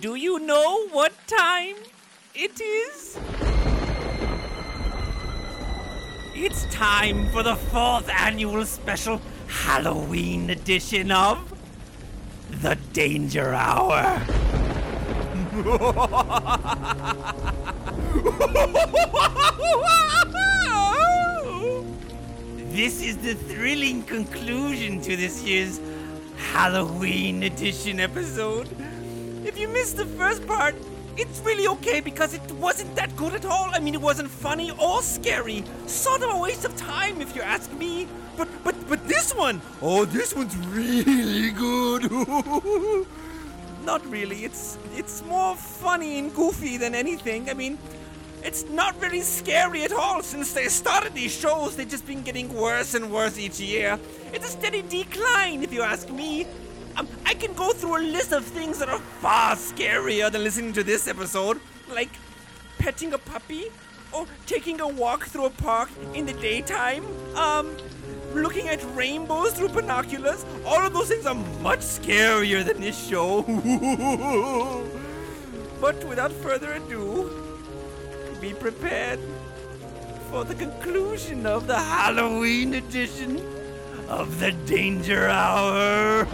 Do you know what time it is? It's time for the fourth annual special Halloween edition of The Danger Hour. This is the thrilling conclusion to this year's Halloween edition episode. If you missed the first part, it's really okay because it wasn't that good at all. I mean, it wasn't funny or scary. Sort of a waste of time, if you ask me. But but but this one, oh, this one's really good. not really. It's it's more funny and goofy than anything. I mean, it's not really scary at all since they started these shows. They've just been getting worse and worse each year. It's a steady decline, if you ask me. Um, I can go through a list of things that are far scarier than listening to this episode, like petting a puppy, or taking a walk through a park in the daytime, um, looking at rainbows through binoculars. All of those things are much scarier than this show. but without further ado, be prepared for the conclusion of the Halloween edition of the Danger Uh, Hour.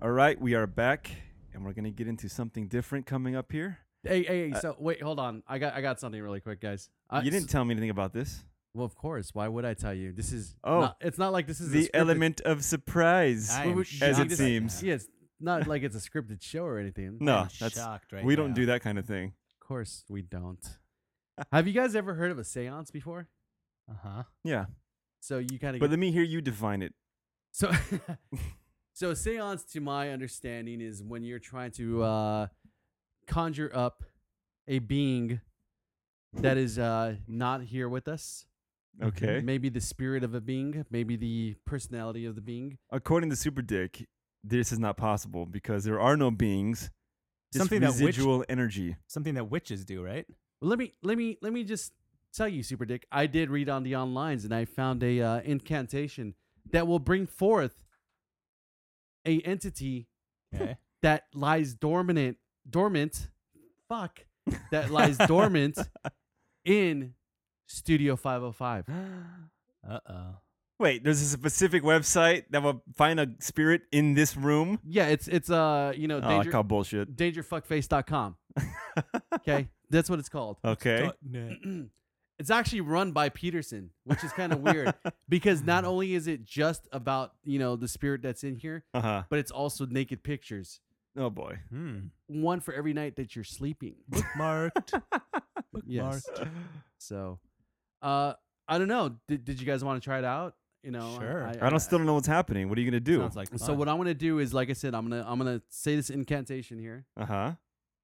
All right, we are back, and we're gonna get into something different coming up here. Hey, hey, hey, so wait, hold on. I got I got something really quick, guys. Uh, I, you didn't tell me anything about this. Well, of course. Why would I tell you? This is Oh. not- it's not like this is a The scripted- element of surprise, I am as shocked. it seems. Yeah, it's not like it's a scripted show or anything. No, I'm that's shocked right we don't now. do that kind of thing. Of course we don't. Have you guys ever heard of a séance before? Uh huh. Yeah, So you kind of but let me hear you define it. So, so a seance, to my understanding, is when you're trying to uh, conjure up a being that is uh, not here with us. Mm-hmm. Okay. Maybe the spirit of a being, maybe the personality of the being. According to Super Dick, this is not possible because there are no beings. Just Something that witch- residual energy. Something that witches do, right? Well, let me let me let me just tell you, Super Dick. I did read on the onlines, and I found a uh, incantation that will bring forth a entity Okay. that lies dormant dormant fuck that lies dormant in studio 505 uh oh. Wait, there's a specific website that will find a spirit in this room. yeah it's it's uh you know Oh, I danger, call bullshit. dangerfuckface.com okay that's what it's called Okay. it's actually run by peterson which is kind of weird because not only is it just about you know the spirit that's in here Uh huh. but it's also naked pictures Oh boy. Hmm. one for every night that you're sleeping Bookmarked. yes Bookmarked. so uh i don't know did, did you guys want to try it out you know Sure. I don't still don't know what's happening. What are you gonna do? Sounds like So what I'm gonna do is, like I said, I'm gonna I'm gonna say this incantation here, uh huh.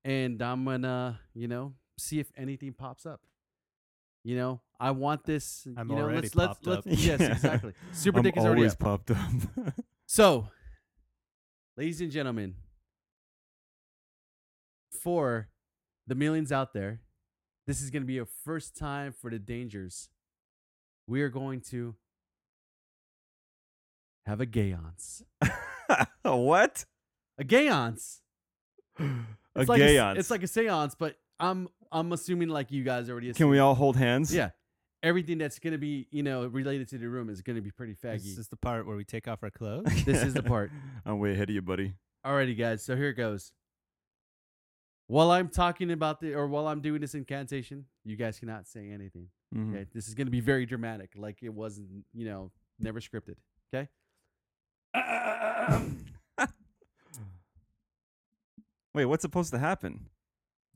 and I'm gonna you know see if anything pops up. You know, I want this. I'm you know, already let's let's popped let's up. yes, Yeah. exactly. Super I'm Dick is already always up. popped up. So, ladies and gentlemen, for the millions out there, this is gonna be a first time for the dangers. We are going to have a gayance. what? A gayance. a like gay A, it's like a seance, but I'm I'm assuming like you guys already. Can assumed. we all hold hands? Yeah, everything that's gonna be you know related to the room is gonna be pretty faggy. This is the part where we take off our clothes. This is the part. I'm way ahead of you, buddy. Alrighty, guys. So here it goes. While I'm talking about the or while I'm doing this incantation, you guys cannot say anything. Hmm. Mhm. Okay, this is gonna be very dramatic, like it wasn't you know never scripted. Okay, uh, um, Wait, what's supposed to happen?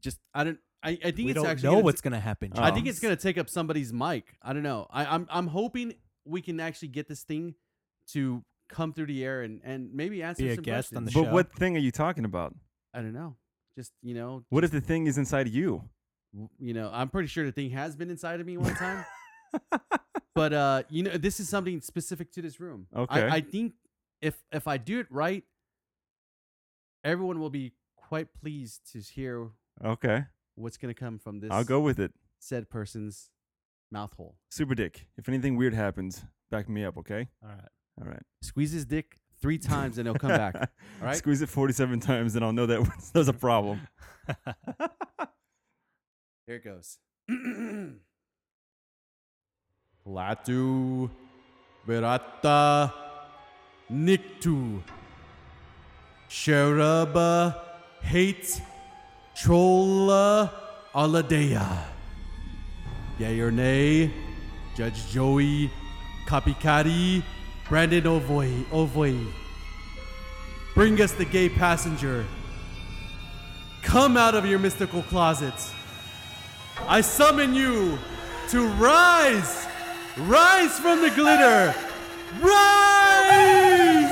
just I don't. I, I think we it's don't actually know gonna what's gonna happen. Oh. I think it's gonna take up somebody's mic. I don't know. I, I'm I'm hoping we can actually get this thing to come through the air and, and maybe answer Be a some guest on the questions. but show. what thing are you talking about? I don't know. Just you know, What if the thing is inside you? w- you know. I'm pretty sure the thing has been inside of me one time. but uh, you know, this is something specific to this room. Okay. I, I think if if I do it right, everyone will be quite pleased to hear Okay, what's gonna come from this I'll go with it. said person's mouth hole. Super dick. If anything weird happens, back me up, okay? All right. All right. Squeeze his dick three times and he'll come back. All right. Squeeze it 47 times, and I'll know that there's a problem. Here it goes. Latu Virata Niktu Sharaba Hate Chola Aladeya Yay or nay, Judge Joey Kapikari Brandon Ovoy Ovoy Bring us the gay passenger. Come out of your mystical closets. I summon you to rise! Rise from the glitter! Rise!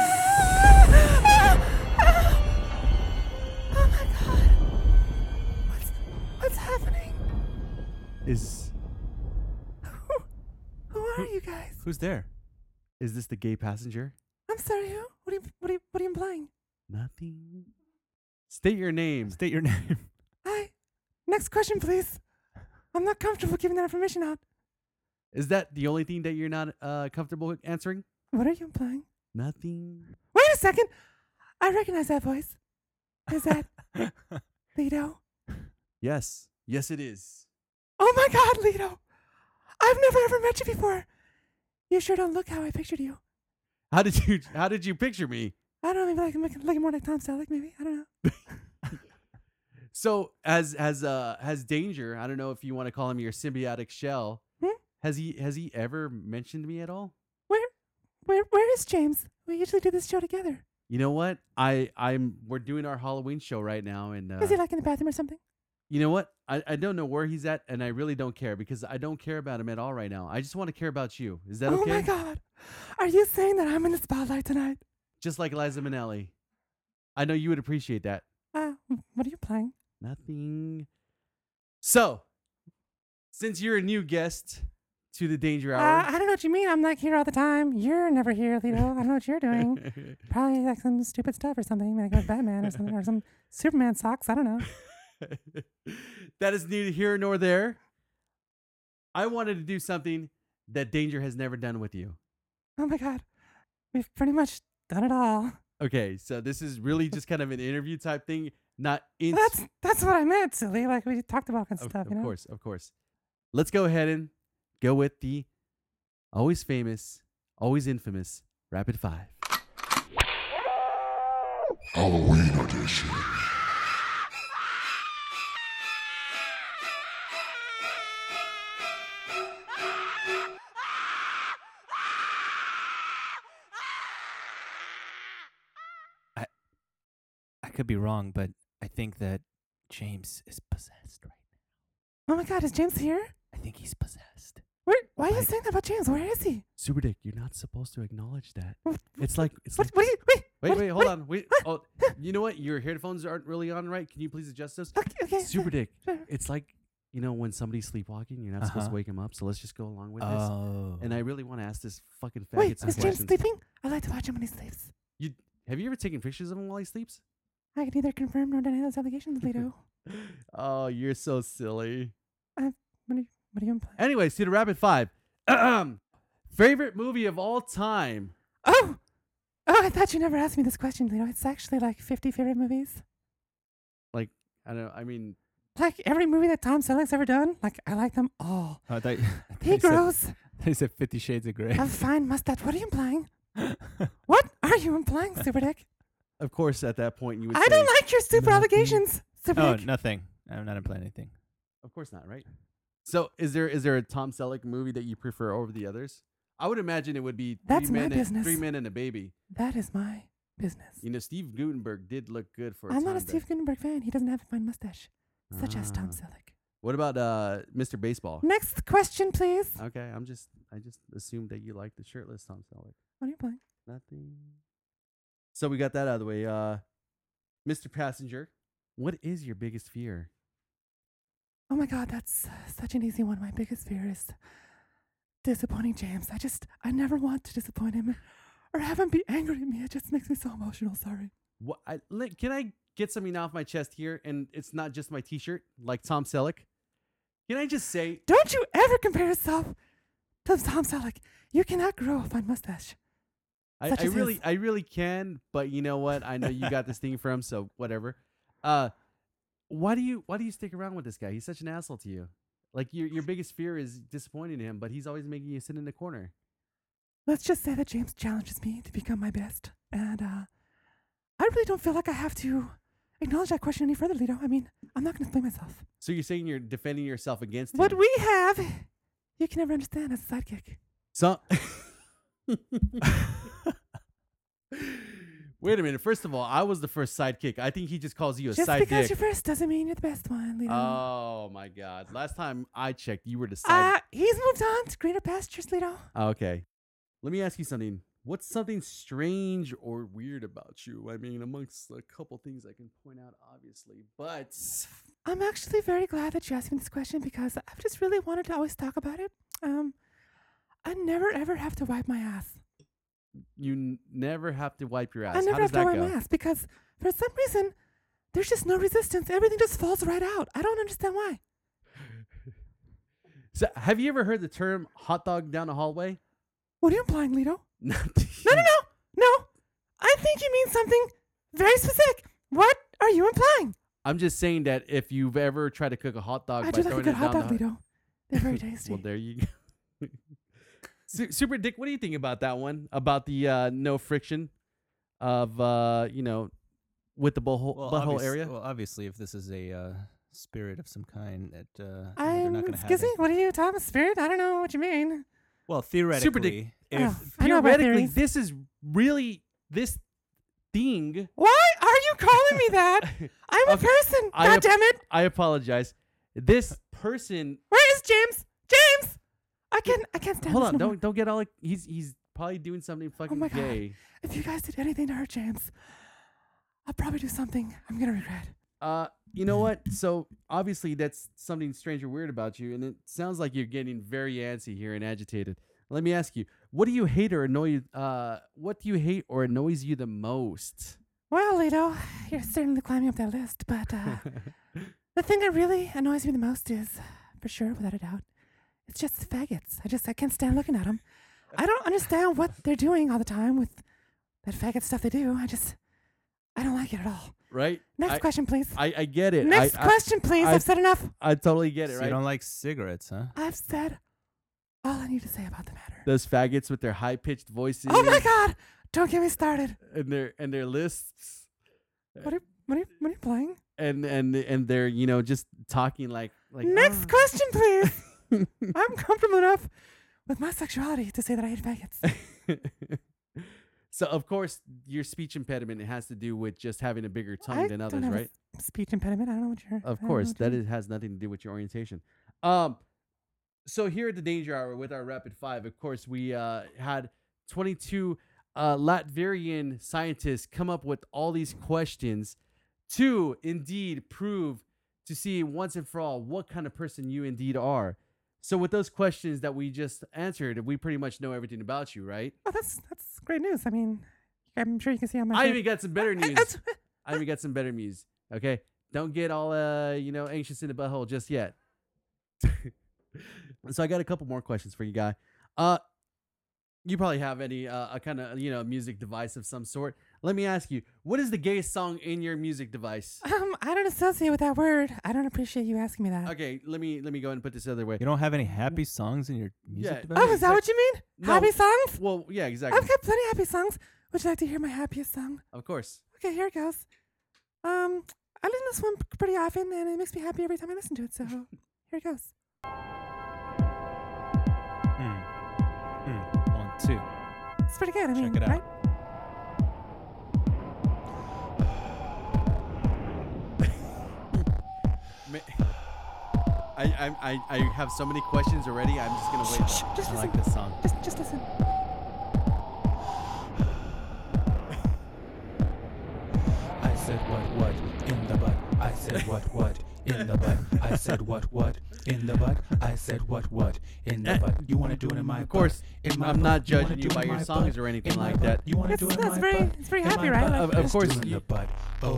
What's, what's happening? Is Who, who are you guys? Who's there? is this the gay passenger? I'm sorry, who? What are you, what are you, what are you implying? Nothing. State your name. State your name. Hi. Next question, please. I'm not comfortable giving that information out. Is that the only thing that you're not uh, comfortable with answering? What are you implying? Nothing. Wait a second. I recognize that voice. Is that Lido? Yes. Yes, it is. Oh my god, Lido. I've never ever met you before. You sure don't look how I pictured you. How did you How did you picture me? I don't know, maybe like I'm looking- looking more like Tom Selleck, maybe. I don't know. So as as uh has danger. I don't know if you want to call him your symbiotic shell. Hmm? Has he has he ever mentioned me at all? Where where where is James? We usually do this show together. You know what? I I'm we're doing our Halloween show right now, and uh, Is he like in the bathroom or something? you know what? I, I don't know where he's at, and I really don't care because I don't care about him at all right now. I just want to care about you. Is that oh okay? my god. Are you saying that I'm in the spotlight tonight? Just like Liza Minnelli, I know you would appreciate that. Uh, what are you playing? Nothing. So, since you're a new guest to the Danger Uh, Hour, I don't know what you mean. I'm like here all the time. You're never here, Lido. I don't know what you're doing. Probably like some stupid stuff or something, like with Batman or something, or some Superman socks. I don't know. that is neither here nor there. I wanted to do something that Danger has never done with you. Oh my god, we've pretty much done it all. Okay, so this is really just kind of an interview type thing, not in That's that's what I meant, silly. Like we talked about all kinds of of, stuff, of you know. course, of course. Let's go ahead and go with the always famous, always infamous rapid five. Halloween edition. I could be wrong, but I think that James is possessed right now. Oh my god, is James here? I think he's possessed. Where? Why are you Like- saying that about James? Where is he? Super Dick, you're not supposed to acknowledge that. What? It's like it's What? like What? Are you, wait. wait, what- wait, what- hold on. Wait, oh, you know what? Your headphones aren't really on right. Can you please adjust those? Okay. okay. Super Dick, sure. it's like you know when somebody's sleepwalking, you're not supposed to Uh-huh. wake him up. So let's just go along with this. Oh. And I really want to ask this fucking faggot Wait, some is James questions. sleeping? I like to watch him when he sleeps. You have you ever taken pictures of him while he sleeps? I can neither confirm nor deny those allegations, Lido. Oh, you're so silly. what are you implying? Anyways, to the rapid five. Favorite movie of all time. Oh! Oh, I thought you never asked me this question, Lido. It's actually like 50 favorite movies. I don't know. I mean, Like every movie that Tom Selleck's ever done, like I like them all. Oh, I thought, I thought He you said, grows they said Fifty Shades of Grey. a fine mustache. What are you implying? What are you implying, Super Dick? of course, at that point you would. I say, don't like your super nothing. allegations, Super oh, Dick. nothing. I'm not implying anything. Of course not, right? So, is there is there a Tom Selleck movie that you prefer over the others? I would imagine it would be three That's my men and, business. three men and a baby. That is my business. You know, Steve Gutenberg did look good for. I'm time not a there. Steve Gutenberg fan. He doesn't have a fine mustache, such as Tom Ah. Selleck. What about uh, Mr. Baseball? Next question, please. Okay, I'm just I just assumed that you liked the shirtless Tom Selleck. What are you implying? Nothing. So we got that out of the way. Uh, Mr. Passenger, what is your biggest fear? Oh my God, that's uh, such an easy one. My biggest fear is disappointing James. I just, I never want to disappoint him or have him be angry at me. It just makes me so emotional. Sorry. What I, li- can I get something off my chest here? And it's not just my T-shirt, like Tom Selleck. Can I just say, Don't you ever compare yourself to Tom Selleck. You cannot grow a fine mustache. I, Such I as really, his. I really can, but you know what? I know you got this thing from, so whatever. Uh, why do you, why do you stick around with this guy? He's such an asshole to you. Like your, your biggest fear is disappointing him, but he's always making you sit in the corner. Let's just say that James challenges me to become my best. And uh, I really don't feel like I have to acknowledge that question any further, Lito. I mean, I'm not going to blame myself. So you're saying you're defending yourself against What him. we have, you can never understand as a sidekick. So, wait a minute. First of all, I was the first sidekick. I think he just calls you a Just because you're sidekick. first doesn't mean you're the best one, Lito. Oh my god! Last time I checked, you were the side. Oh, uh, he's moved on to greener pastures, Lito. okay. Let me ask you something. What's something strange or weird about you? I mean, amongst a couple things I can point out, obviously, but I'm actually very glad that you asked me this question because I've just really wanted to always talk about it. Um, I never ever have to wipe my ass. you n- never have to wipe your ass. I How never does have to that wipe go? my ass because for some reason there's just no resistance. Everything just falls right out. I don't understand why. So, have you ever heard the term "hot dog down the hallway"? What are you implying, Lito? no, No, Hmm. no, no, no. I think you mean something very specific. What are you implying? I'm just saying that if you've ever tried to cook a hot dog, I by do like a throwing good it hot down dog, the Lito. They're very tasty. well, there you go. Su- Super Dick, what do you think about that one? About the uh, no friction of uh, you know, with the butthole, butthole obvious- area? Well, obviously, if this is a uh, spirit of some kind, that uh, you know, they're I'm not going to have. excuse it. me. What are you, Thomas Spirit? I don't know what you mean. Well, theoretically, if Ah. Oh, I know about Theoretically, theories. this is really this thing. Why are you calling me that? I'm a Okay, person. I God ap- damn it. I apologize. This person, Where is James? James! I can't I can't stand hold this on, no more. don't don't get all like he's he's probably doing something fucking Oh my God. gay. If you guys did anything to hurt James, I'll probably do something I'm gonna regret. Uh, you know what? So obviously that's something strange or weird about you, and it sounds like you're getting very antsy here and agitated. Let me ask you, what do you hate or annoy you? Uh, what do you hate or annoys you the most? Well, Lito, you're certainly climbing up that list, but uh, the thing that really annoys me the most is, for sure, without a doubt, it's just the faggots. I just I can't stand looking at them. I don't understand what they're doing all the time with that faggot stuff they do. I just I don't like it at all. Right? Next I, question, please. I, I get it. Next I, question, please. I- I've said enough. I, I totally get it. So you Right? don't like cigarettes, huh? I've said all I need to say about the matter. Those faggots with their high pitched voices. Oh my God! Don't get me started. And their and their lists. What are what are you, what are you playing? And and and they're you know just talking like like Next "Ah." question, please. I'm comfortable enough with my sexuality to say that I hate faggots. "Ah." so of course your speech impediment has to do with just having a bigger tongue I than don't others, have a right? s- Speech impediment. I don't know what you're. Of course, that is, has nothing to do with your orientation. Um, so here at the Danger Hour with our rapid five, of course, we uh, had 22 uh, Latvian scientists come up with all these questions to indeed prove to see once and for all what kind of person you indeed are. So with those questions that we just answered, we pretty much know everything about you, right? Oh, that's that's great news. I mean, I'm sure you can see on my. I face- even got some better I- news. that's- I even got some better news. Okay, don't get all uh you know anxious in the butthole just yet. so I got a couple more questions for you, guy. Uh, you probably have any uh, a kind of you know music device of some sort. Let me ask you, what is the gayest song in your music device? um, I don't associate with that word. I don't appreciate you asking me that. Okay, let me let me go ahead and put this the other way. You don't have any happy songs in your music Yeah. device. Oh, is that what you mean? No. Happy songs? Well, yeah, exactly. I've got plenty of happy songs. Would you like to hear my happiest song? Of course. Okay, here it goes. Um, I listen to this one p- pretty often, and it makes me happy every time I listen to it. So here it goes. Hmm. Ah. Hmm. One, two. It's pretty good. I mean, it out. right? Ma- I, I I I have so many questions already. I'm just gonna wait. though. Just I listen. like this song. Just, just listen. I said what what in the butt. I said what what in the butt. I said what what in the butt. I said what what in the butt. You wanna do it in my Of course, butt? In my I'm butt. not wanna judging you do it by in your my songs butt? or anything In my like that. butt. You wanna It's, do it in it's my very, butt? it's very In happy, my right? butt. Like, Of- of Let's course do it in you- the butt.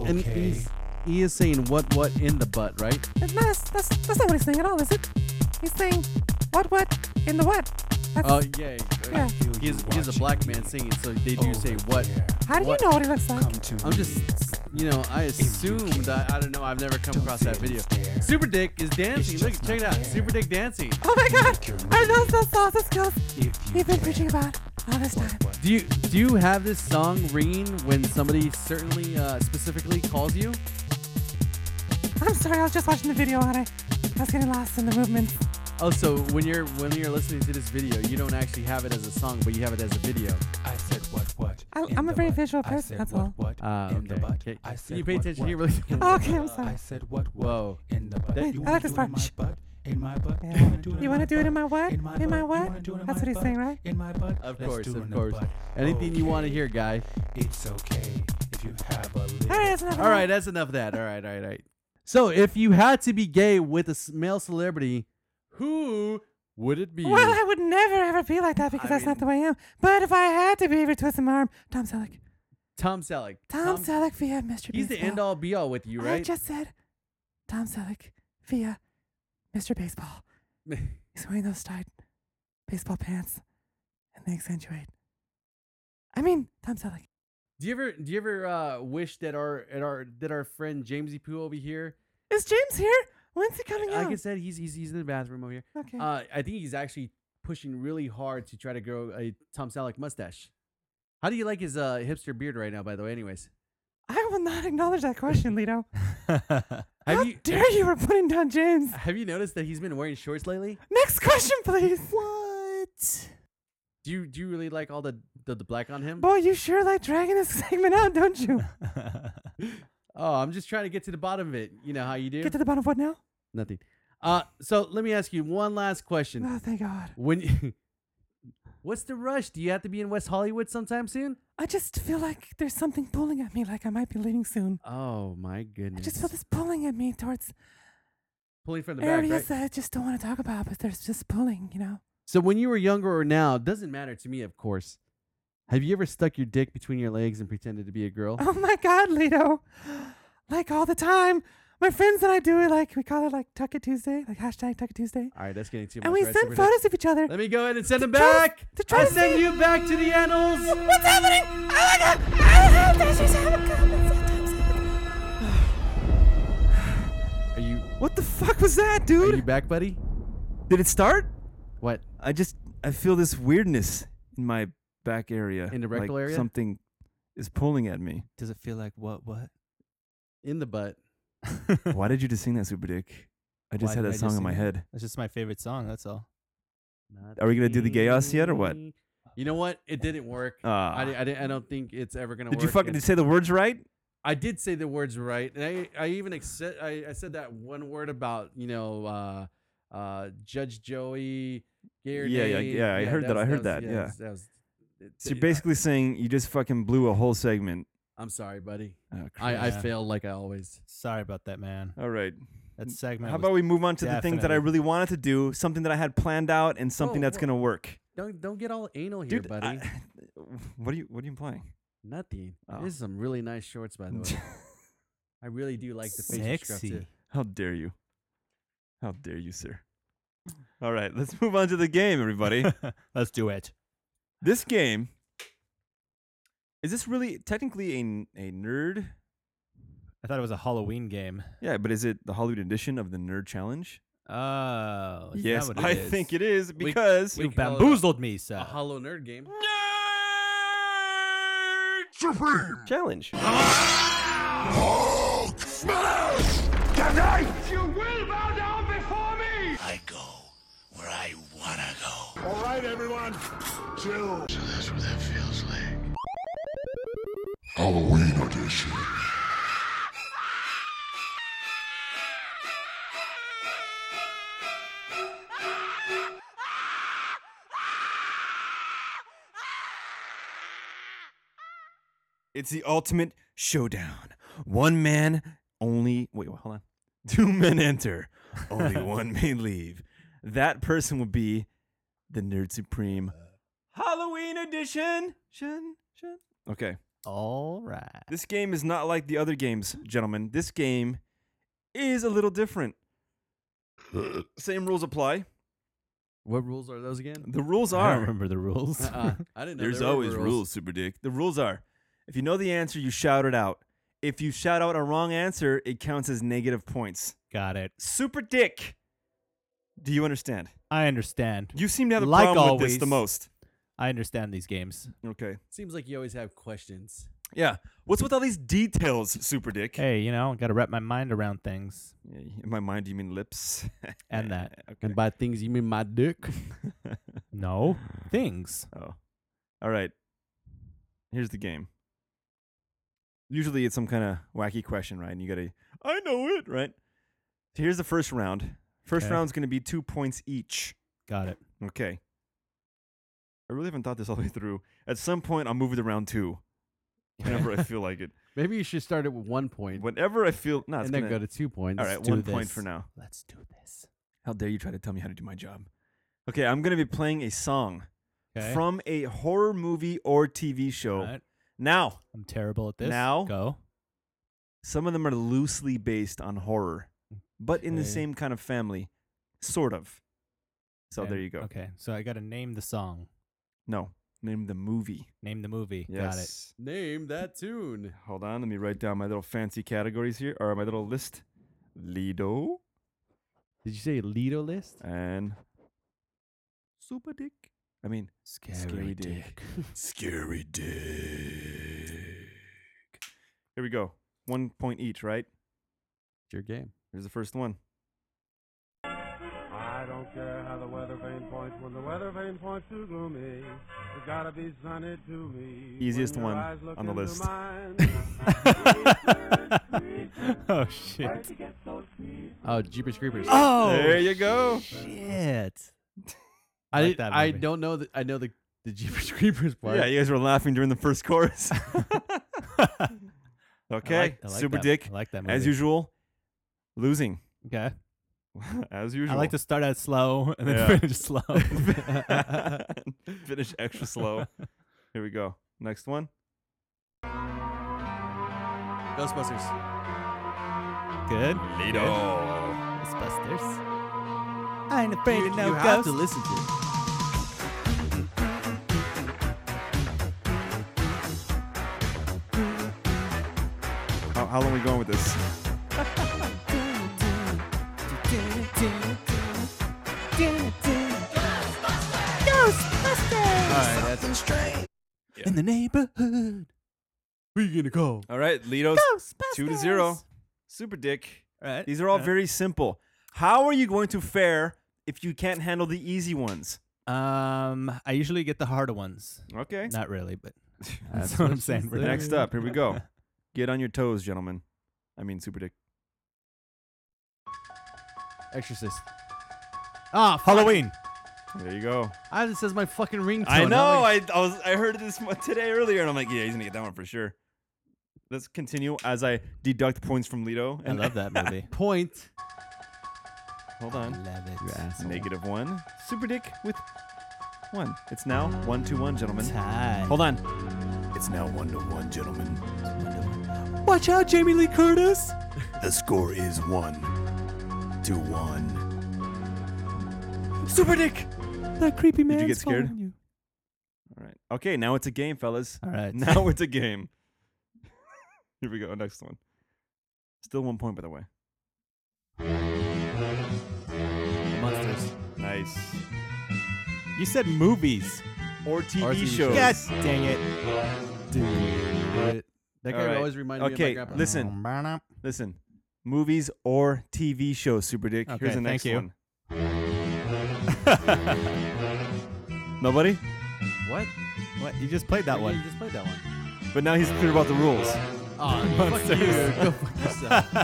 and Okay. he's- he is saying what what in the butt, right? That's not, a- that's, that's not what he's saying at all, is it? He's saying, what, what, in the what? That's, Oh yeah. yeah. He is, he is a black man singing, so they do say what. How do what- you know what he looks like? Come to I'm just, you know, I assume that I don't know. I've never come across that video. Super Dick is dancing. Look, check it out. Super Dick dancing. Oh my god! Are those those salsa skills you've been preaching about all this time? Do you do you have this song ringing when somebody certainly uh, specifically calls you? I'm sorry, I was just watching the video and I, I was getting lost in the movements. Oh, so when you're when you're listening to this video, you don't actually have it as a song, but you have it as a video. I said what what. I- in I'm a the very butt. visual I person, said, that's what, all. What Ah, in the okay. butt. Okay. I Can said you pay what, attention what, here really- in the Oh, okay, I'm butt. sorry. I said what what Whoa. in the butt. Wait, you I wanna like this do it in my part. butt? In my butt. Yeah. You wanna do it in You my wanna do it in my butt? what? In my butt. You what? wanna do it in That's my what he's butt? saying, right? In my butt. Of Let's course, do it of in the course. butt. Anything you want to Okay. hear, guy. It's okay if you have a little. All right, that's enough. of All that. right, that's enough of that. All right, all right, all right. So, if you had to be gay with a s- male celebrity, who would it be? Well, I would never ever be like that because that's not the way I am. But if I had to be, if you twist some arm, Tom Selleck. Tom Selleck. Tom, Selleck via Mr. He's the Baseball. end all be all with you, I right? just said Tom Selleck via Mr. Baseball. He's wearing those tight baseball pants and they accentuate. I mean, Tom Selleck. do you ever do you ever uh, wish that our at our that our friend Jamesy Poo over here? Is James here? When's he coming out? Like I said, he's he's he's in the bathroom over here. okay. Uh, I think he's actually pushing really hard to try to grow a Tom Selleck mustache. How do you like his uh, hipster beard right now? By the way, anyways, I will not acknowledge that question, Lito. Hmm. have How you dare you were putting down James? have you noticed that he's been wearing shorts lately? Next question, please. what? Do you do you really like all the the, the black on him? Boy, you sure like dragging this segment out, don't you? Oh, I'm just trying to get to the bottom of it. You know how you do? Get to the bottom of what now? Nothing. Uh, so let me ask you one last question. Oh, thank God. When, what's the rush? Do you have to be in West Hollywood sometime soon? I just feel like there's something pulling at me, like I might be leaving soon. Oh my I goodness! just feel this pulling at me towards pulling from the back, areas right? that I just don't want to talk about, but there's just pulling, you know? So when you were younger or now, doesn't matter to me, of course. Have you ever stuck your dick between your legs and pretended to be a girl? Oh my God, Lito. Like all the time. My friends and I do it like, we call it like Tuck It Tuesday, like hashtag Tuck It Tuesday. All right, that's getting too much. And we right? send Super- photos of each other. Let me go ahead and send them To try to- back. to try I to send see- you back to the annals. What's happening? Oh my God. Oh, no, she's having comments sometimes. Are you? What the fuck was that, Are you dude? back, buddy? Did it start? What? I just I feel this weirdness in my back area. In the like rectal area? Something is pulling at me. Does it feel like what? What? In the butt. Why did you just sing that, Super Dick? I just Why had did that I just song in sing my that? head. That's just my favorite song. That's all. Are we gonna do the chaos yet or what? You know what? It didn't work. Ah. I, di- I, di- I don't think it's ever gonna Did work. you fucking It's- say the words right? I did say the words right, and I I even accept I, I said that one word about you know uh uh Judge Joey. Garrett Yeah, yeah, yeah, I heard that, I heard that, yeah. that was, it- So you're it- basically saying you just fucking blew a whole segment. I'm sorry, buddy. Oh, I, crap. I Yeah. failed like I always. Sorry about that, man. All right. That segment. Mm, How was- about we move on to the things that I definitely- really wanted to do, something that I had planned out, and something Whoa, that's whoa. gonna work. Don't don't get all anal here, Dude, buddy. I- what are you What are you implying? Nothing. Oh. This is some really nice shorts, by the way. I really do like the facial sculpt, too. sexy? How dare you? How dare you, sir? All right, let's move on to the game, everybody. Let's do it. this game is this really technically a n- a nerd? I thought it was a Halloween game. Yeah, but is it the Hollywood edition of the Nerd Challenge? Oh, is that yes, what I think it is We- because we You call it a- bamboozled me, sir. A hollow nerd game. Supreme! challenge. Hulk smash! Tonight! You will bow down before me! I go where I wanna go. Alright, everyone. Chill. So that's what that feels like. Halloween edition. It's the ultimate showdown. One man only. Wait, wait, hold on. Two men enter, only one may leave. That person will be Uh, the Nerd Supreme Halloween edition. Shun, shun. Okay, All right. This game is not like the other games, gentlemen. This game is a little different. Same rules apply. What rules are those again? The rules I don't are remember the rules. Uh-uh. I didn't know. there's there were always rules, Super Dick. The rules are if you know the answer, you shout it out. If you shout out a wrong answer, it counts as negative points. Got it. Super Dick, do you understand? I understand. You seem to have a Like problem with this the always. most. I understand these games. Okay. Seems like you always have questions. Yeah. What's with all these details, Super Dick? Hey, you know, got to wrap my mind around things Yeah, In my mind, you mean lips. and that. okay. And by things you mean my dick. No, things. Oh. All right. Here's the game. Usually it's some kind of wacky question, right? And you got to, I know it, right? So here's the first round. First Okay. round's going to be two points each. Got it. Okay. I really haven't thought this all the way through. At some point, I'll move it to round two whenever I feel like it. Maybe you should start it with one point Whenever I feel. No, it's and then gonna- go to two points. All right, do one point this. for now. Let's do this. How dare you try to tell me how to do my job? Okay, I'm going to be playing a song Okay. from a horror movie or TV show. All right. Now, I'm terrible at this. Now? go. Some of them are loosely based on horror, but in the Okay. same kind of family, sort of. So there And- you go. Okay, so I got to name the song, No, name the movie. name the movie. Got it. Yes. Name that tune. Hold on, let me write down my little fancy categories here, or my little list. Lido Did you say Lido list? and Super Dick. I mean, Scary, Scary Dick. Dick. Scary Dick. Here we go. One point each, right? It's your game. Here's the first one. I don't care how the weather vane points when the weather vane points too gloomy. It's gotta be sunny to me. Easiest when your one eyes look on the into list. mine. oh shit. Oh, Jeepers Creepers. Oh. there you go. Shit. I like didn't- that I movie. don't know that I know the the Jeepers Creepers part. Yeah, you guys were laughing during the first chorus. okay, I like, I like Super that- Dick, I like that movie. as usual, losing. Okay. as usual. I like to start out slow and then Yeah. finish slow. finish extra slow. Here we go. Next one. Ghostbusters. Good. Lido. Ghostbusters. I ain't afraid of no you ghosts. have to listen to Ah, it. How, how long are we going with this? In the neighborhood. Who you gonna call? All right, Lido's two to zero. Super Dick. All right. These are all right. very simple. How are you going to fare if you can't handle the easy ones? Um, I usually get the harder ones. Okay. Not really, but that's what I'm saying. We're Next up, here we go. Get on your toes, gentlemen. I mean, Super Dick. Exorcist. Ah, fuck. Halloween. There you go. I, this is my fucking ringtone. I I'm know. Oh, like- I, I was I heard this mo- today earlier, and I'm like, yeah, he's gonna get that one for sure. Let's continue as I deduct points from Lido. I And love that movie. point. hold I on. love it. You asshole. Negative one. Super Dick with one. It's now one to one, gentlemen. Tied. Hold on. It's now one to one, gentlemen. Watch out, Jamie Lee Curtis. The score is one to one. Super Dick. That creepy man. you get scared? All right. Okay, now it's a game, fellas. All right. Now it's a game. Here we go. Next one. Still one point, by the way. Monsters. Nice. You said movies. Or TV, Or TV shows. shows. God dang it. Dude. Right. That guy All right. always reminded me Okay, of my grandpa. listen. Listen, movies or TV shows, Super Dick. Here's Okay, the next thank you. one. Nobody? What? What? You just played that Yeah, You one. just played that one. But now he's clear about the rules. Oh, fuck you. Go fuck yourself.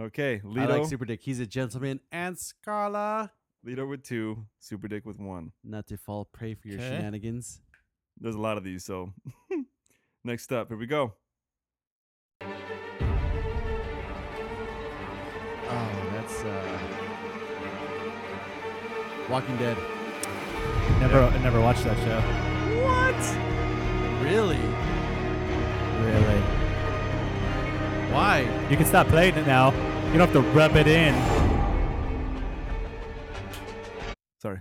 Okay, I Lido. like Super Dick. He's a gentleman and Scarla. Lido with two, Super Dick with one. Not to fall prey for your Okay. shenanigans. There's a lot of these, so. next up, here we go. Oh, that's uh, Walking Dead. never, I never watched that show. What? Really? Really? Why? You can stop playing it now. You don't have to rub it in. Sorry.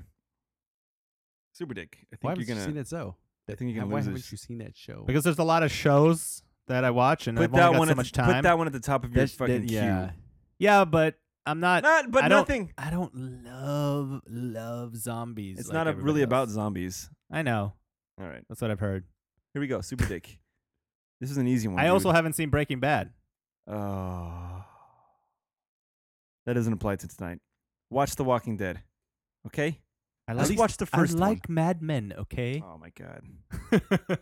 Super Dick. I think Why you're haven't you gonna. seen that show? I think you're And gonna Why lose haven't this. you seen that show? Because there's a lot of shows that I watch and Put I've that only got one so at much the, time. Put that one at the top of your That's- that- fucking yeah. queue. Yeah, but I'm not. Not, but I don't- nothing. I don't love love zombies. It's like not a, everybody really about else. zombies. I know. All right, That's what I've heard. here we go. Super Dick. This is an easy one. I also Oh, dude. haven't seen Breaking Bad. Oh. That doesn't apply to tonight. Watch The Walking Dead. Okay? I Let's like, watch the first I one. like Mad Men. Okay. Oh my god.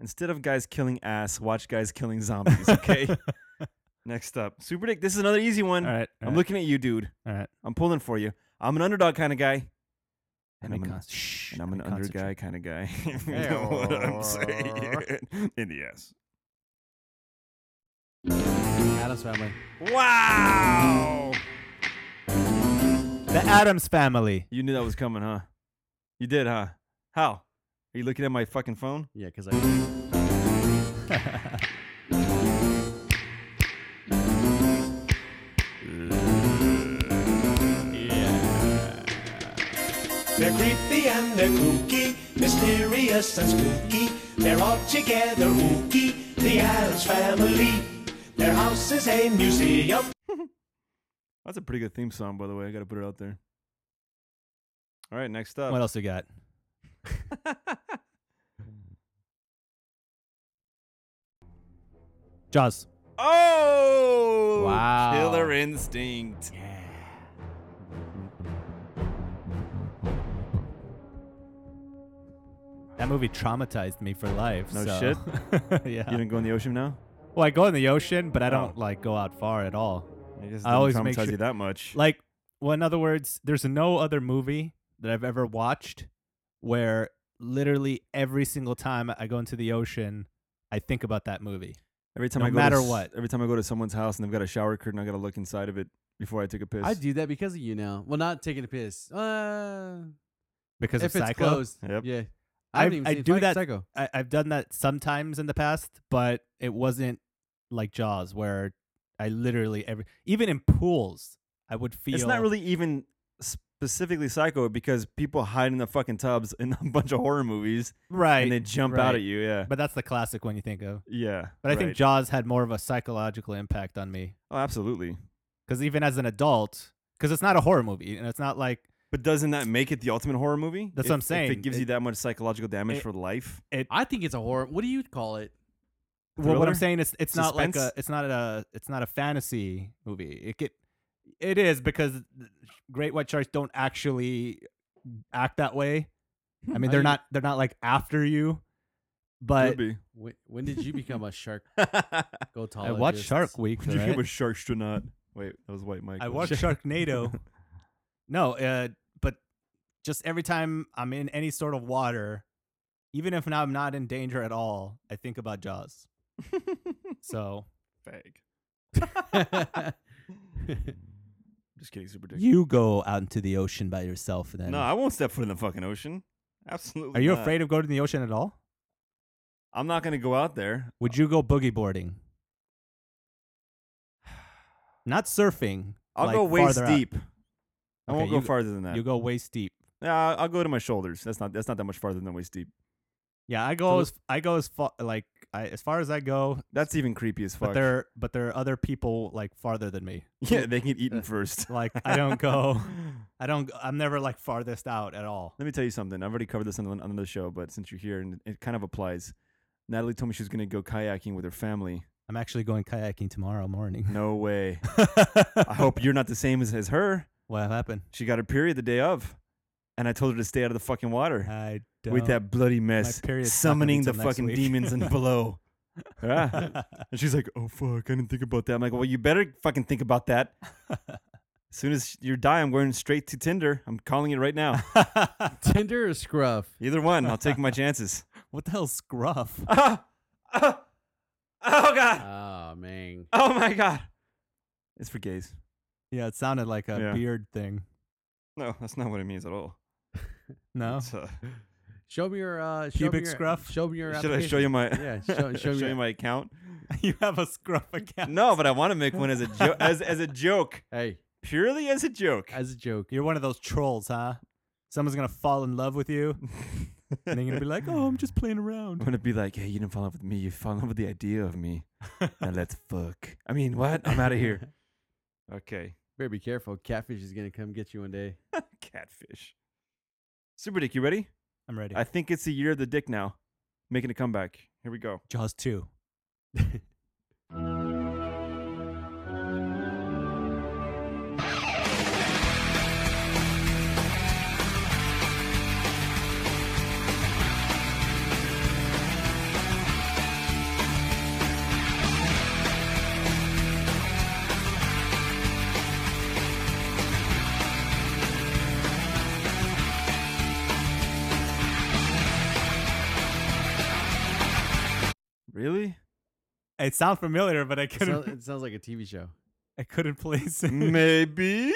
Instead of guys killing ass, watch guys killing zombies, okay? Next up. Super Dick, this is another easy one. All right. I'm looking at you, dude. All right. I'm pulling for you. I'm an underdog kind of guy. And Let me I'm, an, con- Shh. and I'm let an me under guy concentrate. kind of guy. you know what I'm saying? In the ass. Adam's Family. Wow! The Adams Family. You knew that was coming, huh? You did, huh? How? Are you looking at my fucking phone? Yeah, because I. They're creepy and they're kooky, mysterious and spooky. They're all together ooky, the Adams family. Their house is a museum. That's a pretty good theme song, by the way. I got to put it out there. All right, next up. What else you got? Jaws. Oh! Wow. Killer Instinct. That movie traumatized me for life. No so- shit. yeah. You didn't go in the ocean now? Well, I go in the ocean, but I don't Oh. like go out far at all. I guess it I didn't always traumatize make sure- you that much. Like, well, in other words, there's no other movie that I've ever watched where literally every single time I go into the ocean, I think about that movie. every time no I go to matter s- what. Every time I go to someone's house and they've got a shower curtain, I got to look inside of it before I take a piss. I do that because of you now. Well, not taking a piss. Uh, Because if of it's Psycho, closed. Yep. Yeah. I- haven't even I seen do Psych- that- Psycho. I, I've done that sometimes in the past, but it wasn't like Jaws, where I literally every even in pools I would feel It's not really even specifically psycho because people hide in the fucking tubs in a bunch of horror movies right, and they jump out right. at you. Yeah. but that's the classic one you think of. yeah. But I think right. Jaws had more of a psychological impact on me Oh, absolutely. because even as an adult, because it's not a horror movie and it's not like But doesn't that make it the ultimate horror movie? That's if, what I'm If saying. it gives It- you that much psychological damage it- for life. I think it's a horror. What do you call it? well, what I'm Thriller? saying is it's not like a Suspense? it's not a it's not a fantasy movie. It get it is because th- great white sharks don't actually act that way. Hmm, I mean, Are they're you- not they're not like after you, but Could be. When, when did you become a shark? Go I watched Shark Week. you alright? became a sharkstronaut. Wait, that was White Mike. I watched wasn't it? Sharknado. no, uh, but just every time I'm in any sort of water, even if I'm not in danger at all, I think about Jaws. so Fag. Just kidding, super dick. you go out into the ocean by yourself. Then, no, I won't step foot in the fucking ocean. Absolutely. are you not. afraid of going to the ocean at all? I'm not gonna go out there. Would you go boogie boarding? Not surfing. I'll like go waist farther out. deep. I Okay, won't go you- farther than that. You go waist deep. Nah, I'll go to my shoulders. That's not. That's not that much farther than waist deep. Yeah, I go So- as I go as far like I, as far as I go, That's even creepy as fuck. but there but there are other people like farther than me. yeah, they can get eaten first. Like I don't go, I don't. I'm never like farthest out at all. Let me tell you something. I've already covered this on an- on another show, but since you're here and it kind of applies, Natalie told me she was going to go kayaking with her family. I'm actually going kayaking tomorrow morning. No way. I hope you're not the same as, as her. What happened? She got her period the day of, and I told her to stay out of the fucking water I don't. with that bloody mess, period's not gonna be summoning the till next fucking week. demons and below. Yeah. And she's like, "Oh fuck, I didn't think about that." I'm like, "Well, you better fucking think about that." as soon as you die, I'm going straight to Tinder. I'm calling it right now. Tinder or Scruff? Either one, I'll take my chances. what the hell, scruff? Ah! Ah! oh god! Oh man. Oh my god! It's for gays. yeah, it sounded like a Yeah. beard thing. No, that's not what it means at all. No, It's, uh, Show me your uh, show me Pubic your, scruff? Show me your. Should I show you application. Yeah, show, my show me. show your- you my account? you have a scruff account. No, but I want to make one as a joke as as a joke. Hey, Purely as a joke. as a joke. You're one of those trolls, huh? Someone's gonna fall in love with you, and they're gonna be like, "Oh, I'm just playing I'm around." gonna be like, hey, you didn't fall in love with me, you fell in love with the idea of me. now let's fuck. I mean, what? I'm out of here. Okay. Better be careful. Catfish is gonna come get you one day. Catfish. Super Dick, you ready? I'm ready. I think it's the year of the dick now. Making a comeback. Here we go. Jaws two. Really? It sounds familiar, but I It, sounds- couldn't. it sounds like a TV show. I couldn't place it. Mm. Maybe.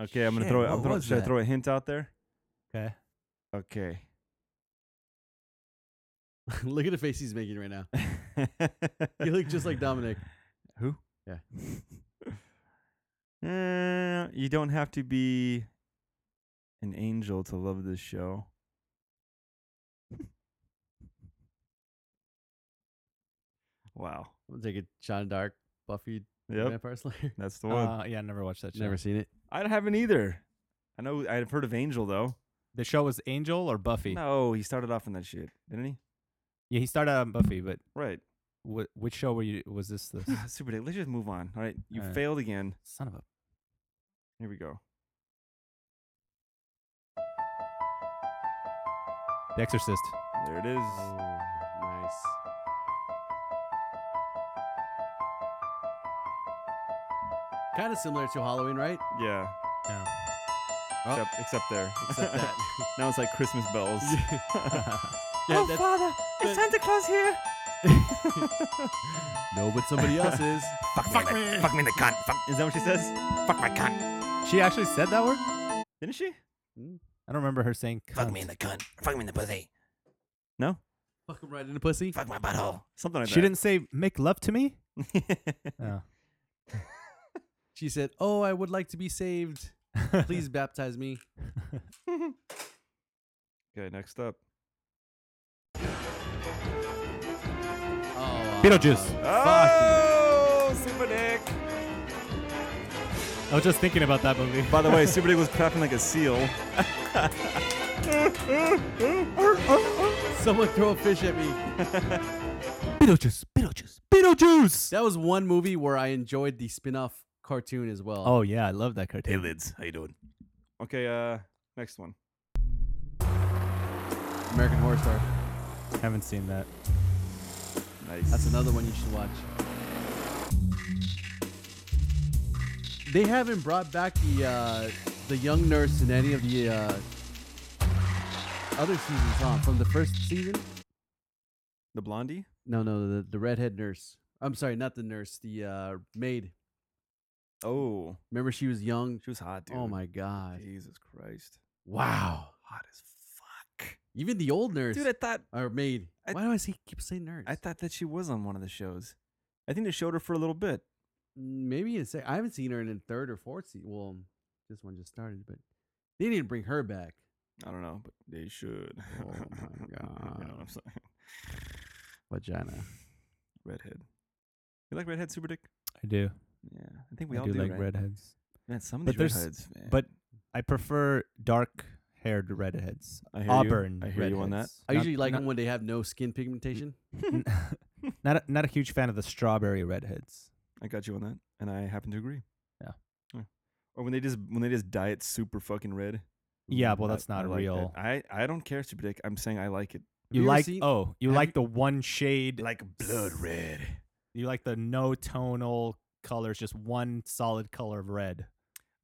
Okay, I'm gonna Shit, throw it. what I'm throw, was should I that? throw a hint out there? Okay. Okay. Look at the face he's making right now. You look just like Dominic. Who? Yeah. Uh, you don't have to be an angel to love this show. wow. We'll take it. Sean Dark, Buffy, Yep. Vampire Slayer. That's the one. Uh, yeah, I never watched that show. Never seen it. I haven't either. I know I've heard of Angel though. The show was Angel or Buffy. No, he started off in that shit, didn't he? Yeah, he started on Buffy, but Right. Ah, wh- which show were you? Was this the Super Dick. Let's just move on. All right. You Alright. failed again. son of a? Here we go. The Exorcist. There it is. Oh, nice. Kind of similar to Halloween, right? Yeah. Yeah. Oh. Except, except there. Except that. now it's like Christmas bells. Yeah, oh, that's- Father, is Santa Claus here? no, but somebody else's. Fuck me. Fuck me in the cunt. Fuck, Is that what she says? fuck my cunt. She actually said that word. Didn't she? I don't remember her saying. Fuck cunt. me in the cunt. Fuck me in the pussy. No? Fuck him right in the pussy. Fuck my butthole. Something like She didn't say make love to me. that. Oh. She said, "Oh, I would like to be saved. Oh. Please baptize me." okay, next up. Oh, Beetlejuice. Oh, Super Dick. I was just thinking about that movie. By the way, Super Dick was clapping like a seal. Someone throw a fish at me. Beetlejuice, Beetlejuice. Beetlejuice. That was one movie where I enjoyed the spin-off cartoon as well. Oh yeah, I love that cartoon. lids, how you doing? Okay, uh, next one. American Horror Story. Haven't seen that. Nice. That's another one you should watch. They haven't brought back the uh, the young nurse in any of the uh, other seasons, huh? From the first season? the blondie. No, no, the the redhead nurse. I'm sorry, not the nurse, the uh, maid. Oh, Remember, she was young. she was hot, dude. Oh my god! Jesus Christ, Wow. hot as fuck, Even the old nurse dude. I thought or maid. I- Why do I say keep saying nurse? I thought that she was on one of the shows. I think they showed her for a little bit. Mm, maybe in sec- I haven't seen her in the third or fourth season. Well, this one just started, but they didn't bring her back. I don't know, but they should. Oh my you know what I'm God. saying? Vagina. Redhead. You like redhead, Super Dick? I do. Yeah, I think we I all do, do. like right? redheads. Man, some of But these there's- redheads, man. But I prefer dark-haired redheads. I hear you. Auburn. I hear you on that. I usually like not, them when they have no skin pigmentation. not a, not a huge fan of the strawberry redheads. I got you on that, and I happen to agree. Yeah. Or when they just when they just dye it super fucking red. Yeah, Ooh, well, I- that's not I like that. real. I I don't care, Super Dick. I'm saying I like it. you You ever like seen- oh, you have like you- the one shade, Like blood red. you like the no tonal colors, just one solid color of red.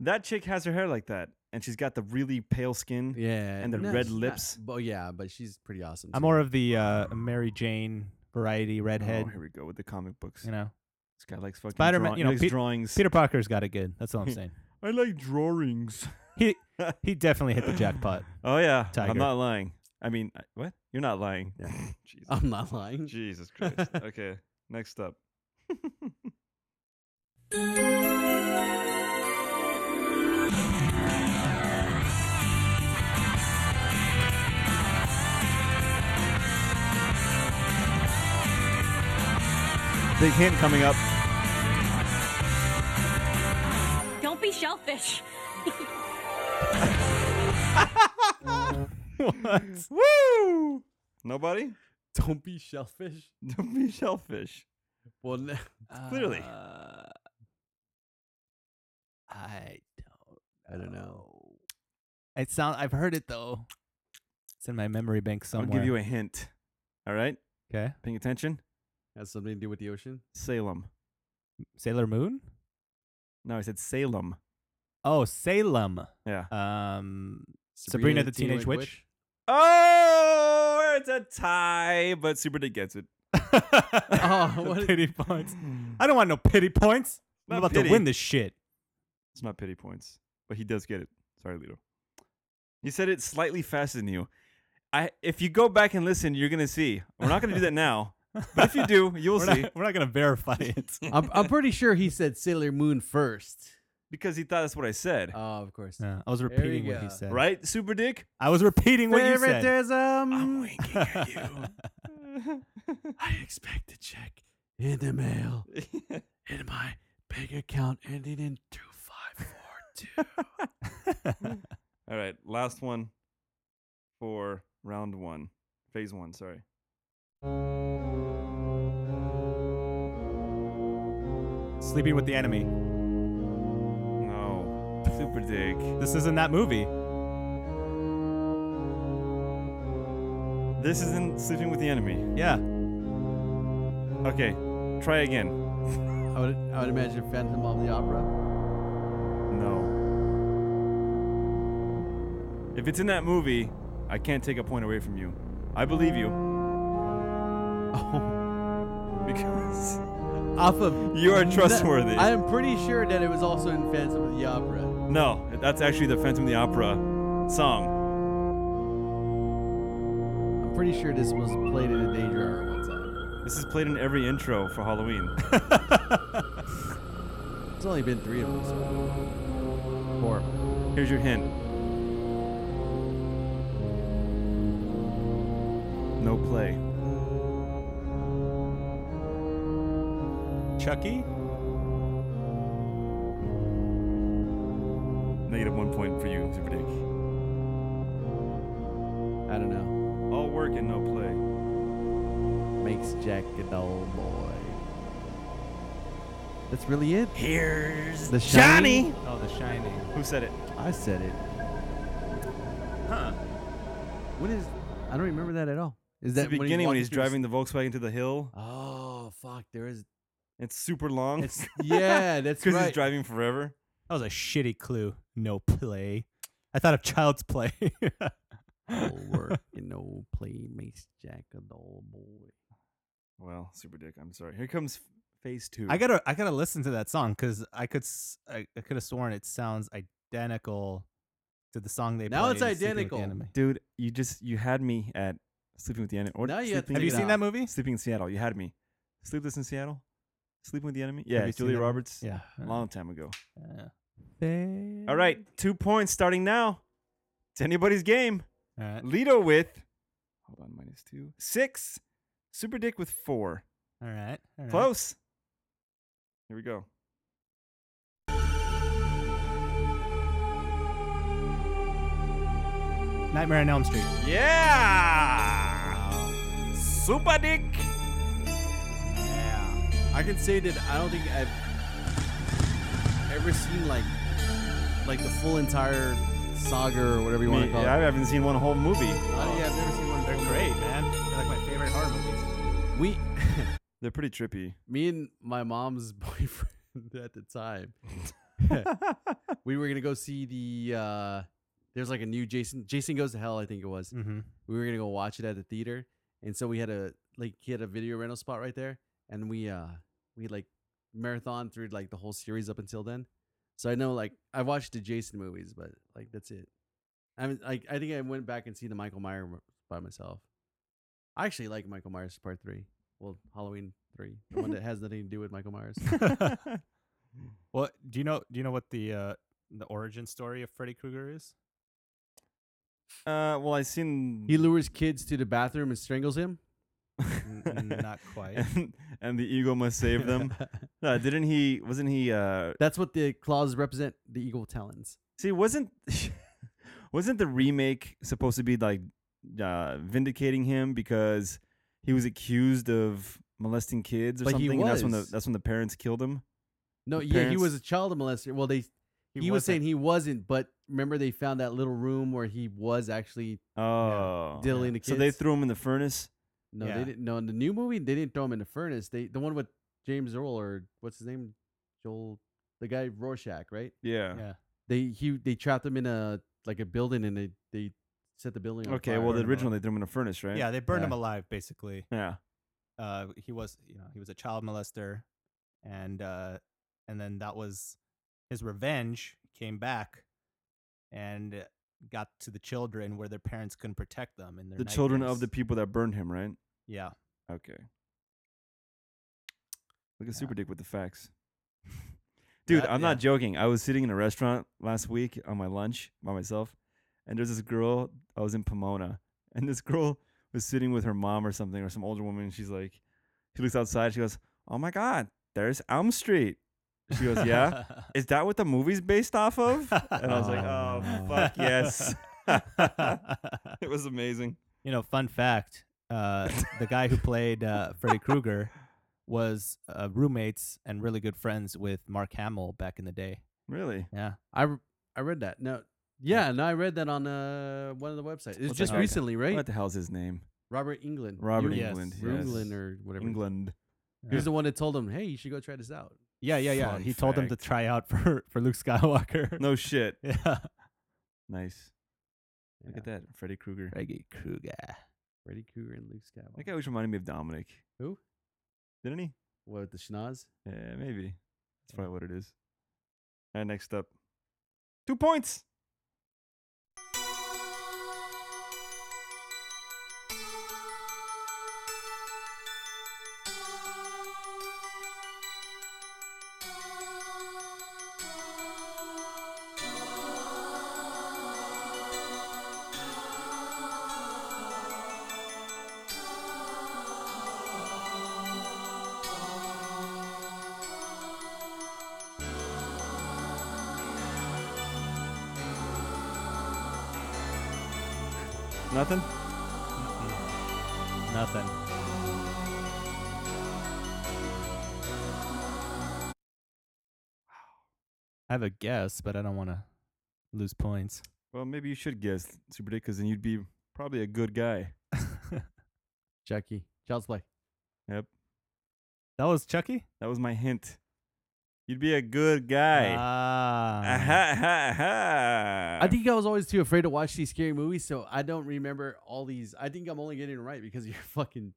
That chick has her hair like that, and she's got the really pale skin. Yeah, And the red lips. Oh yeah, but she's pretty awesome. I'm too. more of the uh, Mary Jane variety redhead. Oh, here we go with the comic books. you know, This guy likes fucking Spider-Man, draw- you know, likes Pe- drawings. Peter Parker's got it good. That's all I'm saying. I like drawings. He He definitely hit the jackpot. Oh yeah, Tiger. I'm not lying. I mean, I- what? You're not lying. Uh, Jesus. I'm not lying. Jesus Christ. Okay, next up. Big hint coming up. Don't be shellfish. Woo! Nobody? Don't be shellfish. Don't be shellfish. Well, n- Clearly. uh, I don't. I don't know. It sound I've heard it though. It's in my memory bank I'll somewhere. give you a hint. All right, okay. paying attention. Has something to do with the ocean? Salem. Sailor Moon? No, I said Salem. Oh, Salem. Yeah. Um Sabrina the Teenage Witch? Oh, it's a tie, but Super Dick gets it. Oh, what? pity points. I don't want no pity points. Not I'm about pity. to win this shit. It's not pity points, but he does get it. Sorry, Lito. He said it slightly faster than you. I, if you go back and listen, you're gonna see. We're not gonna do that now, but if you do, you'll We're see. not, we're not gonna verify it. I'm, I'm pretty sure he said Sailor Moon first. Because he thought that's what I said, Oh, of course. Yeah, I was you repeating what he go. said. right, Super Dick? I was repeating what you said. I'm Favoritism. winking at you. I expect a check in the mail in my bank account ending in two five four two. All right, last one for round one, phase one. Sorry. Sleeping with the enemy. No, Super Dick. This isn't that movie. This isn't sleeping with the enemy. Yeah. Okay, try again. I would, I would imagine Phantom of the Opera. No. If it's in that movie, I can't take a point away from you. I believe you Oh, because off of you are that- trustworthy. I am pretty sure that it was also in Phantom of the Opera. No, that's actually the Phantom of the Opera song. I'm pretty sure this was played in a Danger Hour one time. This is played in every intro for Halloween. There's only been three of them. So. Four. Here's your hint. No play. Chucky? Negative one point for you, Super Dick. I don't know. All work and no play. Makes Jack a dull boy. That's really it. Here's The Shining? Oh, The Shining. Who said it? I said it. Huh. What is? I don't remember that at all. Is It's that the beginning when walking he's through the driving the Volkswagen to the hill. Oh fuck! There is. It's super long. It's yeah. That's because right. he's driving forever. That was a shitty clue. No play. I thought of child's play. All work and no play makes Jack a dull boy. Well, Super Dick, I'm sorry. Here comes phase two. I gotta I gotta listen to that song because I could s- I, I could have sworn it sounds identical to the song they Now played it's in Sleeping with the identical. Enemy. dude. You just you had me at sleeping with the enemy. Or Now you have to Sleeping- Have you it seen out. that movie? sleeping in Seattle? You had me. Sleepless in Seattle. Sleeping with the enemy. Yeah, Have you seen Julia that movie? Roberts. Yeah. long time ago. Yeah. All right, two points starting now. It's anybody's game. All right. Lito with hold on minus two six. Super Dick with four. All right. All right. Close. Here we go. Nightmare on Elm Street. Yeah. Super Dick. Yeah. I can say that I don't think I've ever seen like like the full entire saga or whatever you want to call I it. haven't seen one whole movie. Uh, yeah, I've never seen one. of They're them. great, man. They're like my favorite horror movies. We, They're pretty trippy. me and my mom's boyfriend at the time, we were gonna go see the. uh There's like a new Jason. Jason goes to hell, I think it was. Mm-hmm. we were gonna go watch it at the theater, and so we had a like he had a video rental spot right there, and we uh we like marathon through like the whole series up until then. So I know like I watched the Jason movies, but like that's it. I mean, like I think I went back and see the Michael Myers m- by myself. I actually like Michael Myers Part Three. Well, Halloween Three, the one that has nothing to do with Michael Myers. Uh, Well, do you know do you know what the uh the origin story of Freddy Krueger is? Uh, well, I seen he lures kids to the bathroom and strangles him. Not quite. and, and the eagle must save them. No, didn't he? Wasn't he? Uh, That's what the claws represent. The eagle talons. see, wasn't wasn't the remake supposed to be like uh, vindicating him because he was accused of molesting kids or But he something? and that's when the was. that's when the parents killed him. No, The yeah, he was parents- a child molester. Well, they he, was saying he wasn't, but remember they found that little room where he was actually Oh, diddling the so they kids? threw him in the furnace. no, Yeah. they didn't. No, in the new movie, they didn't throw him in the furnace. They the one with James Earl or what's his name, Joel, the guy Rorschach, right? Yeah. Yeah. They he they trapped him in a like a building and they they set the building. On Okay. fire. Well, the Burn him original they threw him in a furnace, right? Yeah, they burned him Yeah. alive basically. Yeah. Uh he was, you know, he was a child molester and uh and then that was his revenge came back and uh, got to the children where their parents couldn't protect them and The children of the people that burned him, right? Yeah. Okay. Look at Super Dick with the facts. Dude, That- I'm not yeah. joking. I was sitting in a restaurant last week on my lunch by myself, and there's this girl. I was in Pomona, and this girl was sitting with her mom or something, or some older woman. And she's like, she looks outside. She goes, "Oh my God, there's Elm Street." She goes, "Yeah, is that what the movie's based off of?" And I was like, Oh, "Oh no. fuck yes." it was amazing. You know, fun fact: uh, the guy who played uh, Freddy Krueger was uh, roommates and really good friends with Mark Hamill back in the day. Really? Yeah, I re- I read that. No, yeah, no, I read that on uh one of the websites. It's What's just that? Okay. recently, right? What the hell's his name? Robert England. Robert Yu- England. yes. Yes. England or whatever. England. He was the one that told him, "Hey, you should go try this out." yeah, yeah, yeah. Fun he told them to fact. try out for for Luke Skywalker. No shit. yeah, Nice. Look at that, Freddy Krueger. Freddy Krueger. Freddy Krueger and Luke Skywalker. That guy always reminded me of Dominic. Who? Didn't he? What with the schnoz? Yeah, maybe. That's probably what it is. All right, next up, two points. Nothing. Nothing. I have a guess, but I don't want to lose points. Well, maybe you should guess Super Dick, because then you'd be probably a good guy. Jackie. Child's play. Yep, That was Chucky. that was my hint. You'd be a good guy. Ah. Ah, ha, ha, ha. Ah. I think I was always too afraid to watch these scary movies, so I don't remember all these. I think I'm only getting it right because you're fucking.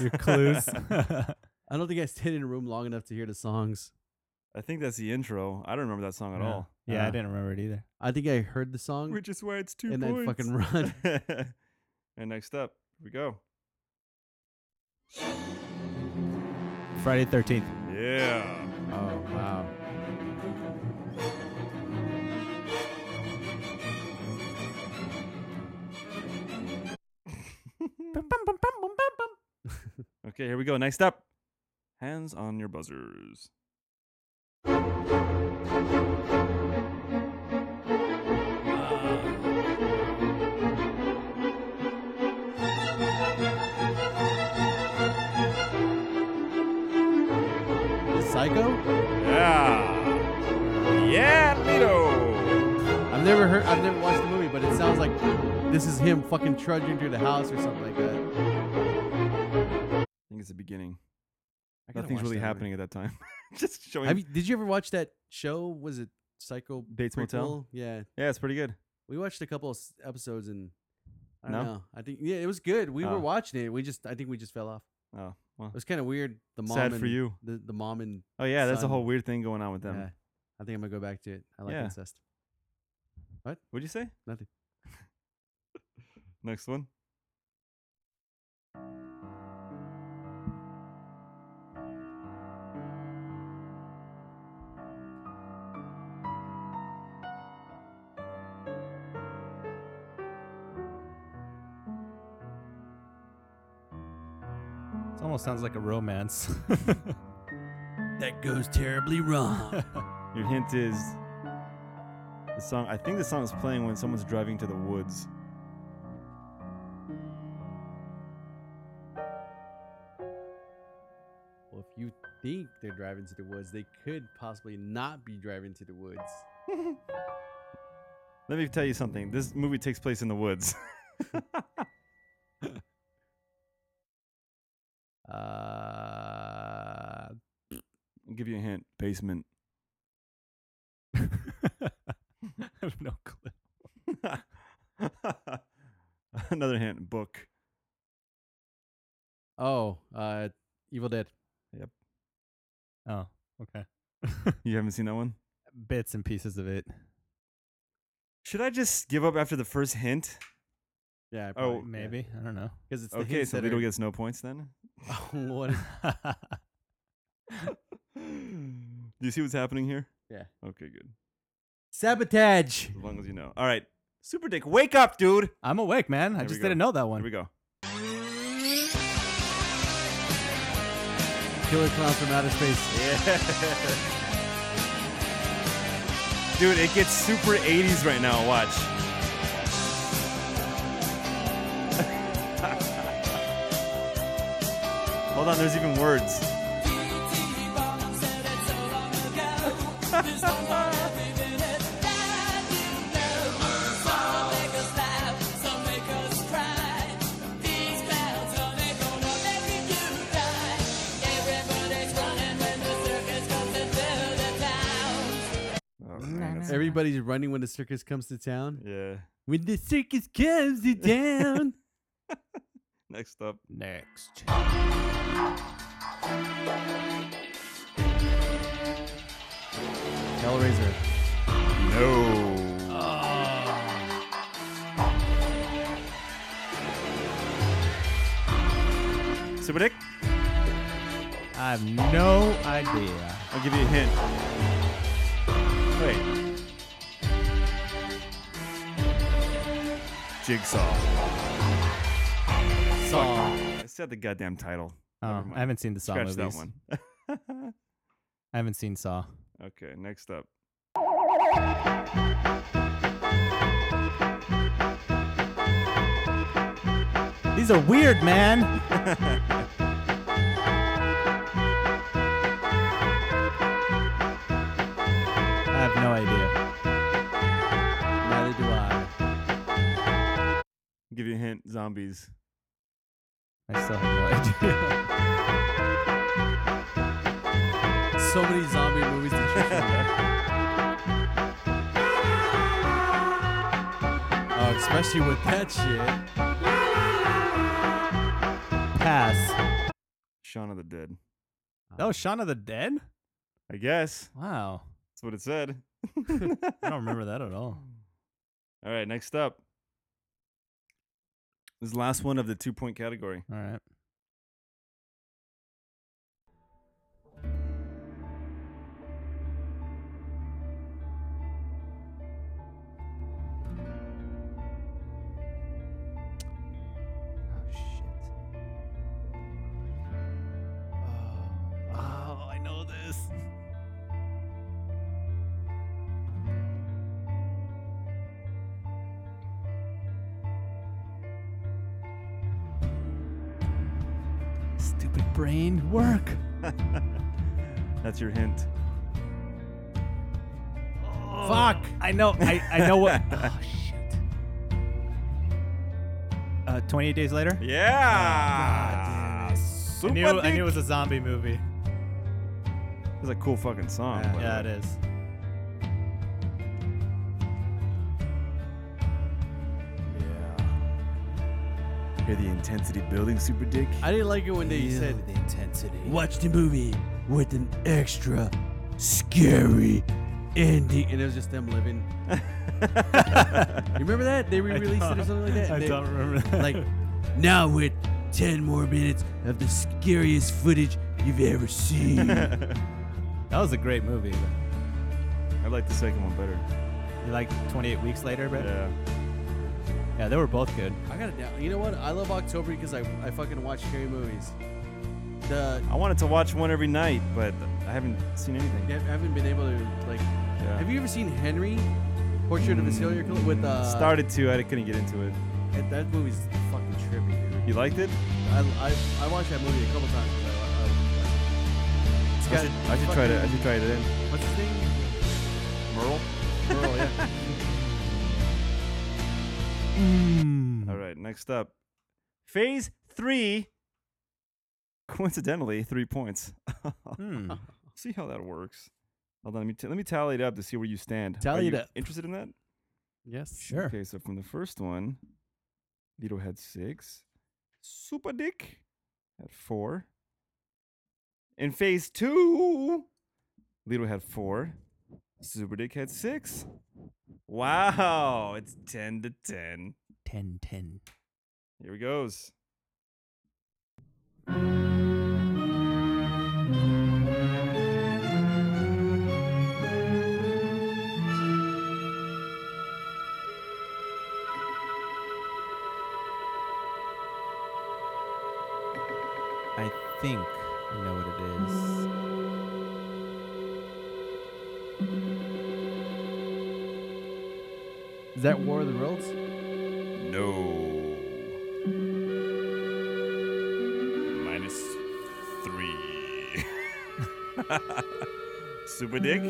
Your clues. I don't think I stayed in a room long enough to hear the songs. I think that's the intro. I don't remember that song at all. Uh-huh. Yeah, I Uh, didn't remember it either. I think I heard the song. Which is why it's two And points. then fucking run. and next up, here we go. Friday Thirteenth. Yeah. Oh wow! Okay, here we go. Next up. Hands on your buzzers. Psycho? Yeah. Yeah, Lito. I've never heard. I've never watched the movie, but it sounds like this is him fucking trudging through the house or something like that. I think it's the beginning. I gotta Nothing's watch really that movie. happening at that time. Just showing. Have you, did you ever watch that show? Was it Psycho Bates Motel? prequel? Yeah, yeah, it's pretty good. we watched a couple of s- episodes and I don't No? know. I think yeah, it was good. We were Oh. watching it. We just I think we just fell off. Oh, well. It was kind of weird. The mom Sad and for you. The the mom and Oh, yeah, that's a son. whole weird thing going on with them. yeah. I I think I'm gonna go back to it. I like Yeah. incest. What? What'd you say? Nothing. Next one. It almost sounds like a romance. that goes terribly wrong. Your hint is the song. I think the song is playing when someone's driving to the woods. Well, if you think they're driving to the woods, they could possibly not be driving to the woods. Let me tell you something. This movie takes place in the woods. uh, I'll give you a hint. Basement. I have no clue. Another hint. Book. Oh, uh, Evil Dead. Yep. Oh, okay. You haven't seen that one? Bits and pieces of it. Should I just give up after the first hint? Yeah. Oh, Maybe. I don't know. Because it's the Okay, hints so that Vito are- gets no points then. Oh, what? is- Do you see what's happening here? Yeah. Okay, good. Sabotage. As long as you know. All right. Super Dick, wake up, dude. I'm awake, man. I Here we just go. didn't know that Here one. we go. Killer clown from outer space. Dude, it gets super 80s right now. Watch. Hold on, there's even words. Oh, Oh, man, that's- Everybody's running when the circus comes to town. yeah. When the circus comes to town. Next up. Next. Hellraiser. No. Ah. Super Dick, I have no idea. I'll give you a hint. Wait. Jigsaw. Saw. I said the goddamn title. Oh, mind. I haven't seen the Saw Scratch movies. that one. I haven't seen Saw. Okay, next up. These are weird, man. I have no idea. Neither do I. Give you a hint. Zombies. I still have no idea. So many zombie movies to choose from. oh, especially with that shit. Pass. Shaun of the Dead. That was Shaun of the Dead? I guess. Wow. That's what it said. I don't remember that at all. All right, next up. This is the last one of the two point category. All right. Oh, shit. Oh, oh, I know this. Stupid brain work. That's your hint. Fuck. I know. I, I know what. oh, shoot. Uh, 28 Days Later? Yeah. I Super knew, I Dick. knew it was a zombie movie. It's a cool fucking song. by the Yeah, way. it is. Hear the intensity building, Super Dick. I didn't like it when they said the intensity. Watch the movie with an extra scary Andy, and it was just them living. you remember that they re-released it or something like that? I They- don't remember that. Like now with ten more minutes of the scariest footage you've ever seen. that hmm. was a great movie. I like the second one better. You like 28 weeks later, Brett? Yeah. Yeah, they were both good. I got it down. You know what? I love October because I, I fucking watch scary movies. The I wanted to watch one every night, but I haven't seen anything. I haven't been able to like. Yeah. Have you ever seen Henry? Portrait of a serial killer with uh. Started to, I couldn't get into it. That, that movie's fucking trippy, dude. You liked it? I, I, I watched that movie a couple times. 'cause I, I, I, it's I should, I should try to. I fucking- should try it in. What's his name? Merle. Merle, yeah. Mm. All right, next up, phase three. Coincidentally, three points. Hmm. see how that works. Hold on, let me t- let me tally it up to see where you stand. Are Tally it you up. Interested in that? Yes. Sure. Okay, so from the first one, Vito had six. Super Dick had four. In phase two, Lito had four. Super Dick had six. Wow, it's 10 to 10. 10 10. Here he goes. I think I know what it is. Is that War of the Worlds? No. Minus three. Super Dick.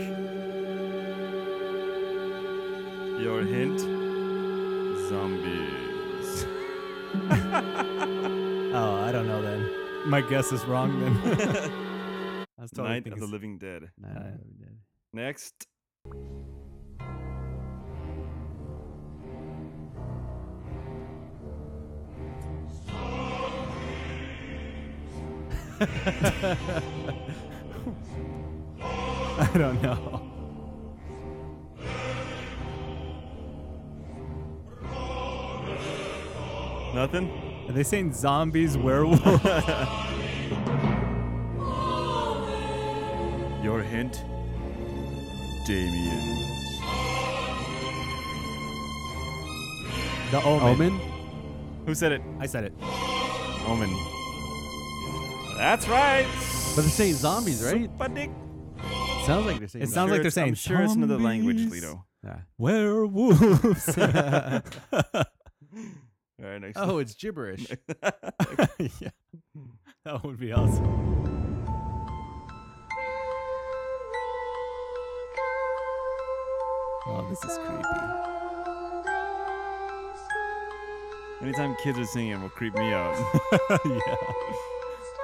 Your hint zombies. Oh, I don't know then. My guess is wrong then. I was totally Night of thinking the s- Living Dead. Nah, Uh, Next. I don't know. Nothing? Are they saying zombies, werewolves? Your hint Damien. the Omen. Omen? Who said it? I said it. Omen. That's right. But they're saying zombies, right? Super Dick. Sounds like they're saying It sounds like they're it's- I'm saying sure it's another language, zombies. Lito. Werewolves. All right, next. Oh, it's gibberish. yeah. That would be awesome. Oh, this is creepy. Anytime kids are singing, it will creep me out. yeah.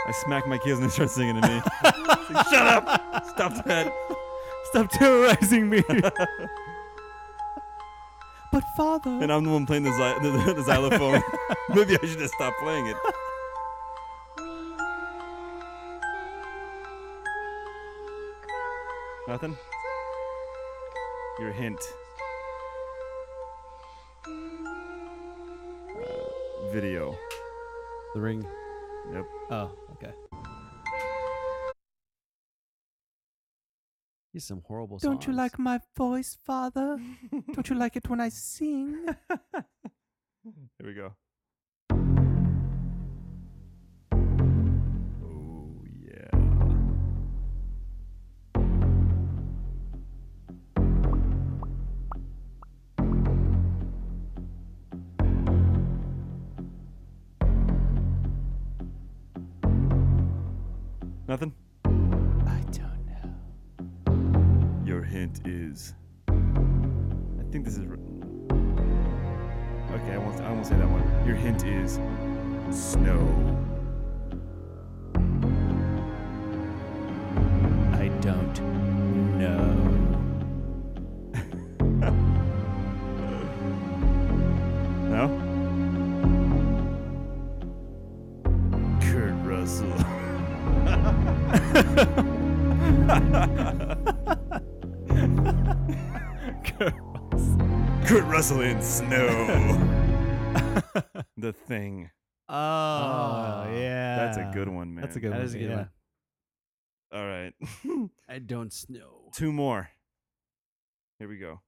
I smack my kids and they start singing to me. It's like, Shut up! Stop that! Stop terrorizing me. But father. And I'm the one playing the, xy- the, the xylophone. Maybe I should just stop playing it. Nothing. Your hint. Uh, video. the ring. Yep. oh, okay. He's some horrible Don't you songs. like my voice, father? Don't you like it when I sing? Here we go. Oh yeah. Nothing. I don't know. Your hint is. I think this is. r- Okay, I won't. I won't say that one. Your hint is snow. I don't know. No? Kurt Russell. Kurt Russell in Snow. the thing. Oh, yeah. Ah, That's a good one, man. That's a good one. yeah. All right. I don't snow. Two more. Here we go.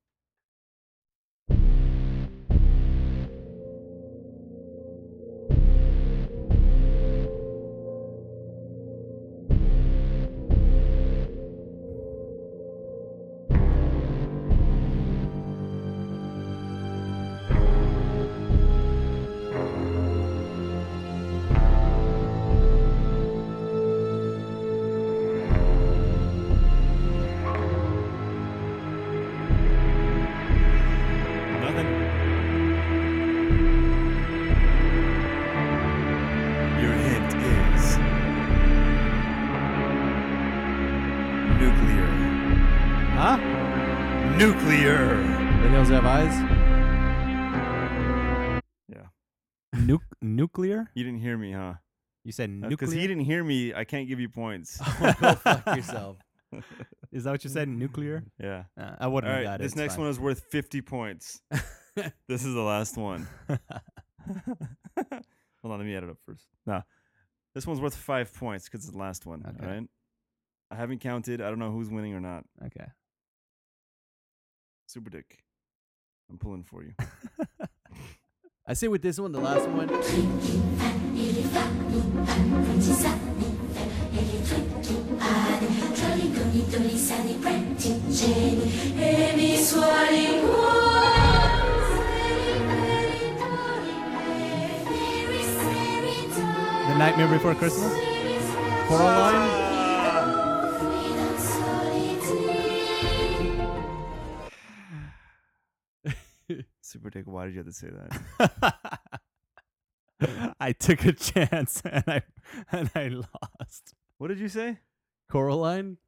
Nothing. Your hint is nuclear. Huh? Nuclear. The hills have eyes. Nuc- nuclear? You didn't hear me, huh? You said nuclear? Because he didn't hear me, I can't give you points. Go fuck yourself. Is that what you said? Nuclear? Yeah. Uh, I wouldn't Mm. have All right. got it. This it's next fine. one is worth 50 points. this is the last one. Hold on, let me add it up first. Nah. This one's worth five points because it's the last one. Okay. All right. I haven't counted. I don't know who's winning or not. Okay. Super Dick. I'm pulling for you. I say with this one, the last one. The Nightmare Before Christmas? Coraline? Super Dick, why did you have to say that? I took a chance and I and I lost. what did you say? Coraline?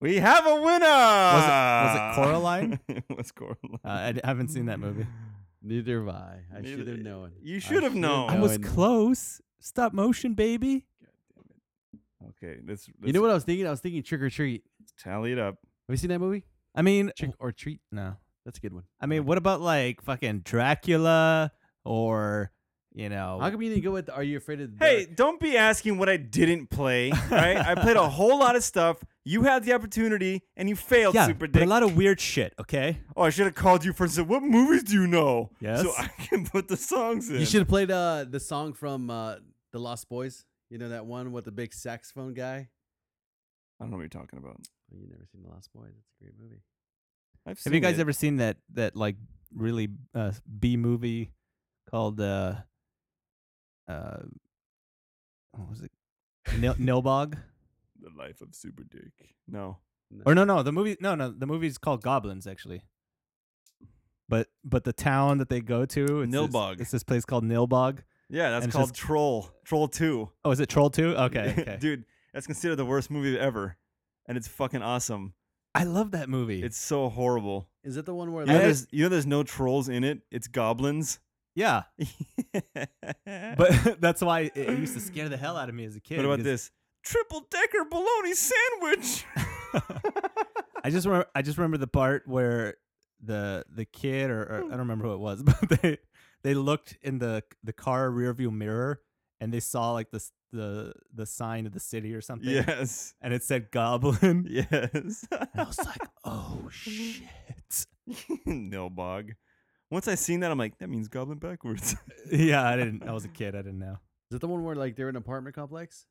We have a winner. Was was it Coraline? it was Coraline? Uh, I d- haven't seen that movie. Mm. Neither have I. I Neither- should have known. you I should have known. I was known. close. Stop motion, baby. okay, let's, let's You know what I was thinking? I was thinking Trick or Treat. Tally it up. Have you seen that movie? I mean, Trick or Treat? no. That's a good one. I mean, what about like fucking Dracula or you know? How come you didn't go with Are You Afraid of the Dark? Hey, don't be asking what I didn't play. All right, I played a whole lot of stuff. You had the opportunity and you failed, yeah, Super but Dick. a lot of weird shit. Okay. oh, I should have called you first. and said, What movies do you know? Yes. so I can put the songs in. You should have played uh, the song from uh, The Lost Boys. You know that one with the big saxophone guy? I don't know what you're talking about. Oh, you never seen The Lost Boys. It's a great movie. I've Have you seen guys it. ever seen that that like really uh, B movie called uh uh what was it Nil- Nilbog The Life of Super Dick? No. or no no the movie no no the movie's called Goblins actually. But but the town that they go to it's this- Nilbog. It's this place called Nilbog. Yeah, that's And it's called just- Troll. Troll Two. Oh, is it Troll Two? Okay, okay. dude, that's considered the worst movie ever, and it's fucking awesome. I love that movie. It's so horrible. Is that the one where You know, like, there's, you know, there's no trolls in it. It's goblins. yeah, but but that's why it, it used to scare the hell out of me as a kid. what about because- this triple decker bologna sandwich? I just remember. I just remember the part where the the kid or, or I don't remember who it was, but they they looked in the the car rearview mirror and they saw like the s- the the sign of the city or something. yes, And it said goblin. yes. And I was like, oh shit. no bog. Once I seen that, I'm like, that means goblin backwards. Yeah, I didn't. I was a kid. I didn't know. Is it the one where like they're in an apartment complex?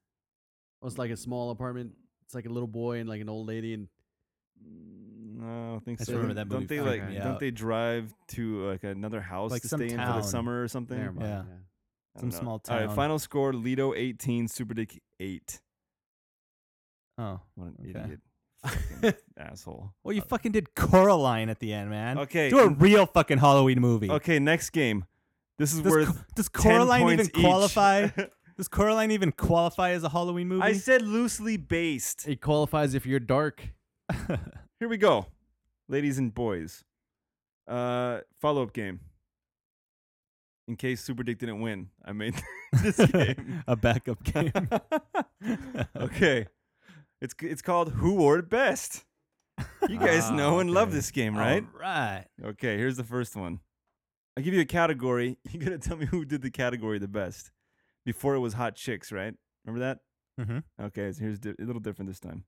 Or it's like a small apartment. It's like a little boy and like an old lady and no, Mm, I don't think I just so. remember Don't- that don't movie they freaked like? me Don't out. they drive to like another house Like to some stay in for the town. summer or something? never mind, Yeah. I Some don't small All right, town. final score: Lido 18, Super Dick 8. Oh. What an Okay. idiot, fucking asshole. Well, you fucking did Coraline at the end, man. Okay, Do a n- real fucking Halloween movie. Okay, next game. This is Does, worth Co- does 10 Coraline even points each. qualify? Does Coraline even qualify as a Halloween movie? I said loosely based. it qualifies if you're dark. Here we go, ladies and boys. Uh, follow up game. In case Super Dick didn't win, I made this game. a backup game. okay, it's it's called Who Wore It Best. You guys Ah, know and love this game, right? Right. Okay, here's the first one. I give you a category. You gotta tell me who did the category the best. Before it was hot chicks, right? Remember that? Mhm. Okay, so here's di- a little different this time.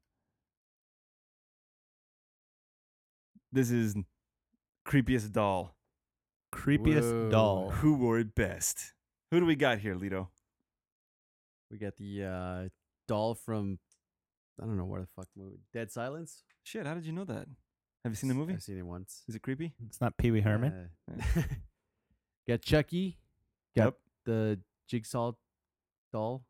This is creepiest doll. Creepiest doll. Who wore it best? Who do we got here, Lito? We got the uh, doll from I don't know where the fuck movie. Dead Silence. Shit, how did you know that? Have you seen the movie? I've seen it once. Is it creepy? It's not Pee Wee Herman. Uh, got Chucky. Got Yep. the jigsaw doll.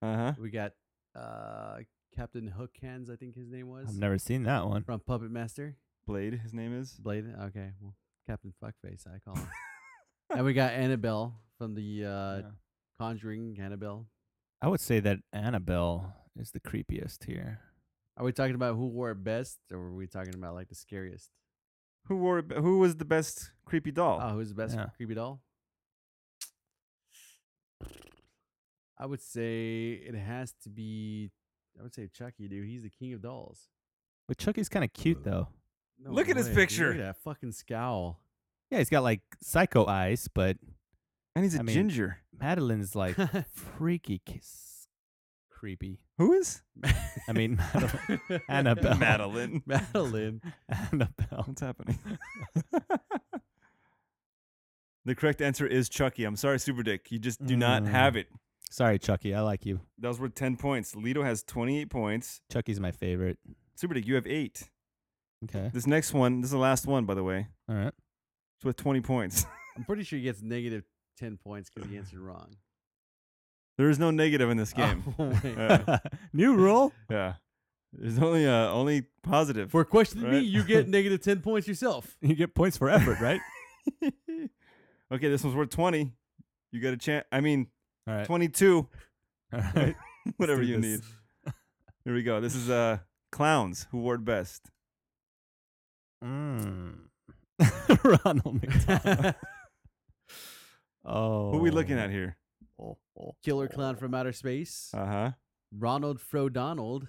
Uh huh. We got uh, Captain Hook Hands, I think his name was. I've never seen that one. From Puppet Master. Blade, his name is. Blade. Okay. Well, Captain Fuckface, I call him. and we got Annabelle from the uh, Yeah. Conjuring Annabelle. I would say that Annabelle is the creepiest here. Are we talking about who wore it best, or were we talking about like the scariest? Who wore it? be- Who was the best creepy doll? Uh, Oh, who's the best yeah. creepy doll? I would say it has to be. I would say Chucky, dude. He's the king of dolls. But Chucky's kind of cute though. No Look at his way, dude. Look picture. That fucking scowl. Yeah, he's got like psycho eyes, but and he's a I mean- ginger. Madeline's like freaky kiss. Creepy. Who is? I mean, Madeline, Annabelle. Madeline. Madeline. Annabelle. What's happening? the correct answer is Chucky. I'm sorry, Super Dick. You just do not Mm. have it. Sorry, Chucky. I like you. That was worth 10 points. Lito has 28 points. Chucky's my favorite. Super Dick, you have eight. Okay. This next one, this is the last one, by the way. All right. It's worth 20 points. I'm pretty sure he gets negative ten points because he answered wrong. there is no negative in this game. Oh, wait. Yeah. New rule. yeah. There's only uh, only positive. For questioning me, Right. you get negative ten points yourself. You get points for effort, right? okay, this one's worth 20. You got a chance. I mean, All right. 22. All right. Whatever do you this. need. Here we go. This is uh clowns who wore it best. Mm. Ronald McDonald. oh. Who are we looking at here? Killer clown from outer space. Uh huh. Ronald Fro Donald.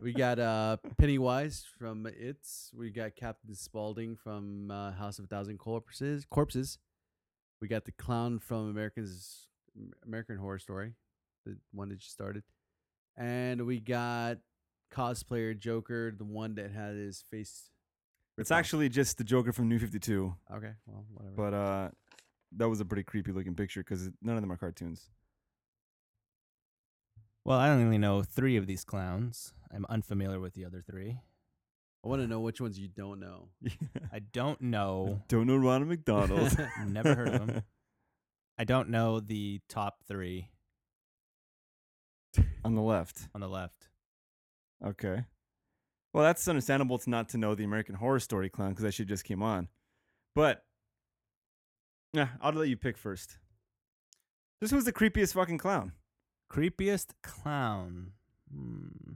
we got uh, Pennywise from It's. We got Captain Spaulding from uh, House of a Thousand Corpses. Corpses. We got the clown from Americans, American Horror Story, the one that just started, and we got cosplayer Joker, the one that had his face. It's ripped off. actually just the Joker from New 52, okay. Well, whatever. but uh, that was a pretty creepy looking picture because none of them are cartoons. Well, I only know three of these clowns. I'm unfamiliar with the other three. I want to know which ones you don't know. I don't know. Don't know Ronald McDonald. Never heard of him. I don't know the top three On the left. on the left. Okay. Well, that's understandable to not to know the American Horror Story clown because that shit just came on. But yeah, I'll let you pick first. This was the creepiest fucking clown. Creepiest clown. Hmm.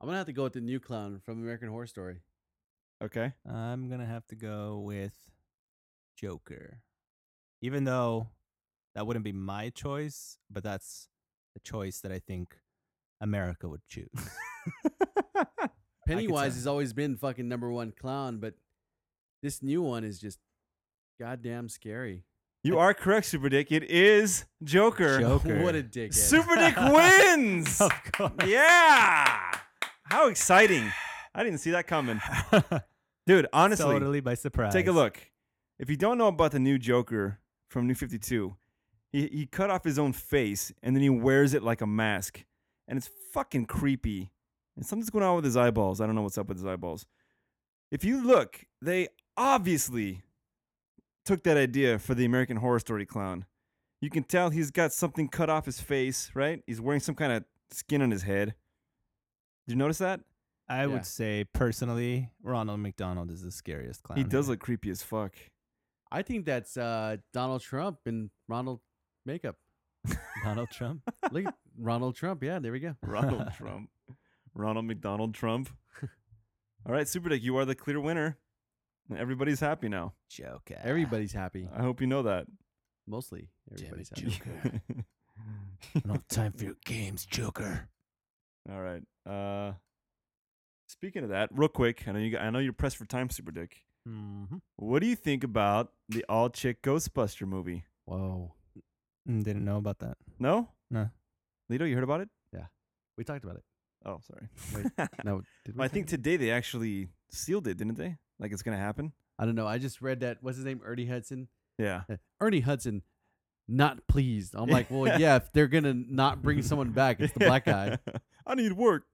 I'm gonna have to go with the new clown from American Horror Story. Okay. I'm gonna have to go with Joker, even though that wouldn't be my choice, but that's the choice that I think America would choose. could Pennywise tell. has always been fucking number one clown, but this new one is just goddamn scary. You are correct, Super Dick. It is Joker. Oh. Joker. What a dickhead. Super Dick wins. of course. yeah. How exciting. I didn't see that coming. Dude, honestly, totally by surprise. take a look. If you don't know about the new Joker from New 52, he, he cut off his own face and then he wears it like a mask. And it's fucking creepy. And something's going on with his eyeballs. I don't know what's up with his eyeballs. If you look, they obviously took that idea for the American Horror Story clown. You can tell he's got something cut off his face, right? He's wearing some kind of skin on his head. Did you notice that? I Yeah. would say personally, Ronald McDonald is the scariest clown. he does here. look creepy as fuck. I think that's uh, Donald Trump and Ronald makeup. Donald Trump. Look at Ronald Trump. Yeah, there we go. Ronald Trump. Ronald McDonald Trump. All right, Super Dick, you are the clear winner. And everybody's happy now. Joker. Everybody's happy. I hope you know that. Mostly. Everybody's happy. No time for your games, Joker. All right. Uh Speaking of that, real quick, I know you. I know you're pressed for time, Super Dick. Mm-hmm. What do you think about the all chick Ghostbuster movie? Whoa, didn't know about that. No, No. Lito, you heard about it? We talked about it. Oh, sorry. No, did we Well, I talk think about it? today they actually sealed it, didn't they? Like it's gonna happen. I don't know. I just read that. What's his name? Ernie Hudson. Yeah. Uh, Ernie Hudson, not pleased. I'm like, well, yeah. If they're gonna not bring someone back, it's the black guy. I need work.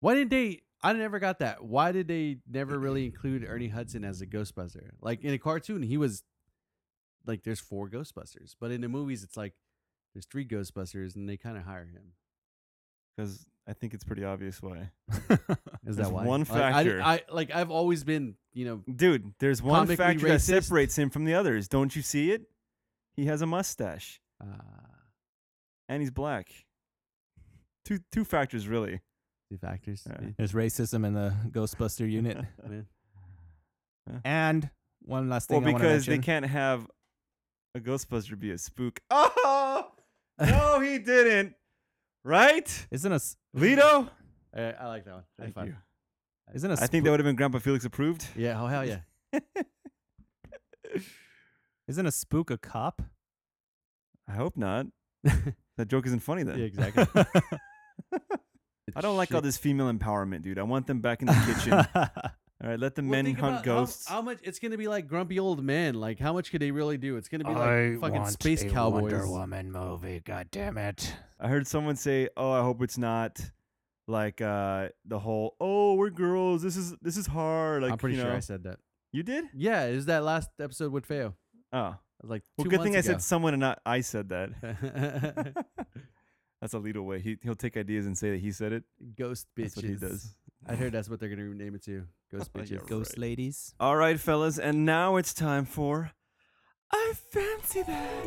Why didn't they? I never got that. Why did they never really include Ernie Hudson as a Ghostbuster? Like in a cartoon, he was like, there's four Ghostbusters, but in the movies, it's like there's three Ghostbusters, and they kind of hire him. Because I think it's pretty obvious why. Is There's that why? one Like, I- factor. I, like I've always been, you know, Dude, there's one Comically factor racist. that separates him from the others. Don't you see it? He has a mustache uh, and he's black. Two two factors really. the factors. eh, Yeah. There's racism in the Ghostbuster unit. Yeah. and one last Well, thing I want to because they mention. can't have a Ghostbuster be a spook. Oh no, he didn't. Right, Isn't a s- Lito? Uh, I like that one. That's fun. isn't a I think spoo- that would have been Grandpa Felix approved. Yeah. Oh hell yeah. isn't a spook a cop? I hope not. that joke isn't funny then. Yeah. Exactly. I don't like all Shit. this female empowerment, dude. I want them back in the kitchen. all right, let the Well, men think hunt about how- ghosts. How, much? It's gonna be like grumpy old men. Like how much could they really do? It's gonna be like fucking space cowboys. Woman movie. God damn it! I heard someone say, "Oh, I hope it's not like uh the whole oh we're girls. This is this is hard." Like I'm pretty you sure know, I said that. you did. Yeah, it was that last episode with Feo. It Oh, was like well, two good thing I months said someone and not I said that. ago. That's a lead away. He he'll take ideas and say that he said it. Ghost bitches. That's what he does. I heard that's what they're gonna name it to. Ghost Yeah, bitches. right. Ghost ladies. All right, fellas, and now it's time for I fancy that.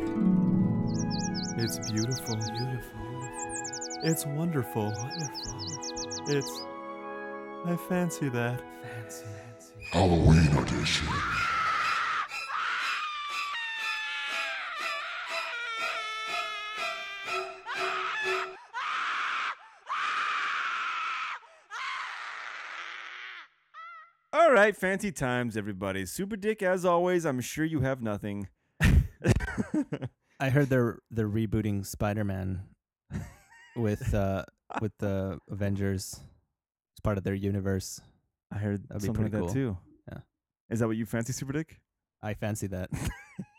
It's beautiful. Beautiful. It's wonderful. Wonderful. It's I fancy that. Halloween edition. All right, fancy times, everybody. Super Dick, as always, I'm sure you have nothing. I heard they're they're rebooting Spider-Man with uh with the Avengers. It's part of their universe. I heard That'd be something like pretty that cool. too. Yeah. Is that what you fancy, Super Dick? I fancy that.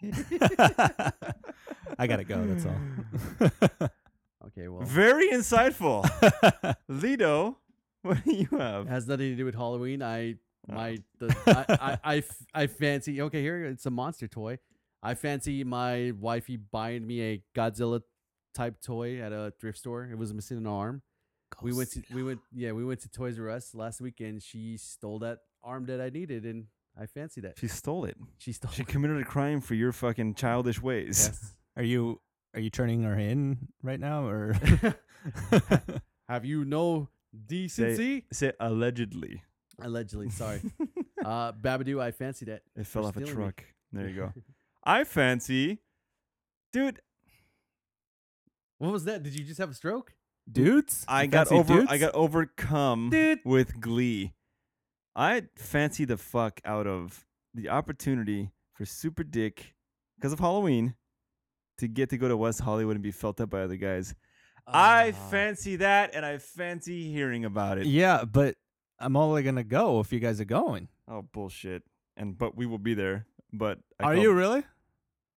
I gotta go. That's all. Okay, well, Very insightful. Lido, what do you it have? has nothing to do with Halloween. I Oh. my the, I, I I f- I fancy. Okay, here it's a monster toy. I fancy my wifey buying me a Godzilla type toy at a thrift store. It was missing an arm. we went to we went yeah we went to Toys R Us last weekend. She stole that arm that I needed, and I fancied that. She stole it. She stole. She committed a crime for your fucking childish ways. Yes. Are you are you turning her in right now or? Have you no decency? Say allegedly. Allegedly, sorry. uh, Babadook, I fancy that. It fell for off a stealing me. truck. There you go. I fancy, dude. What was that? Did you just have a stroke? dudes? I You got fancy over. I dudes? got overcome Dude. with glee. I fancy the fuck out of the opportunity for Super Dick because of Halloween to get to go to West Hollywood and be felt up by other guys. I Ah. Uh, fancy that, and I fancy hearing about it. Yeah, but I'm only gonna go if you guys are going. Oh bullshit! And but we will be there. But I are called- you really?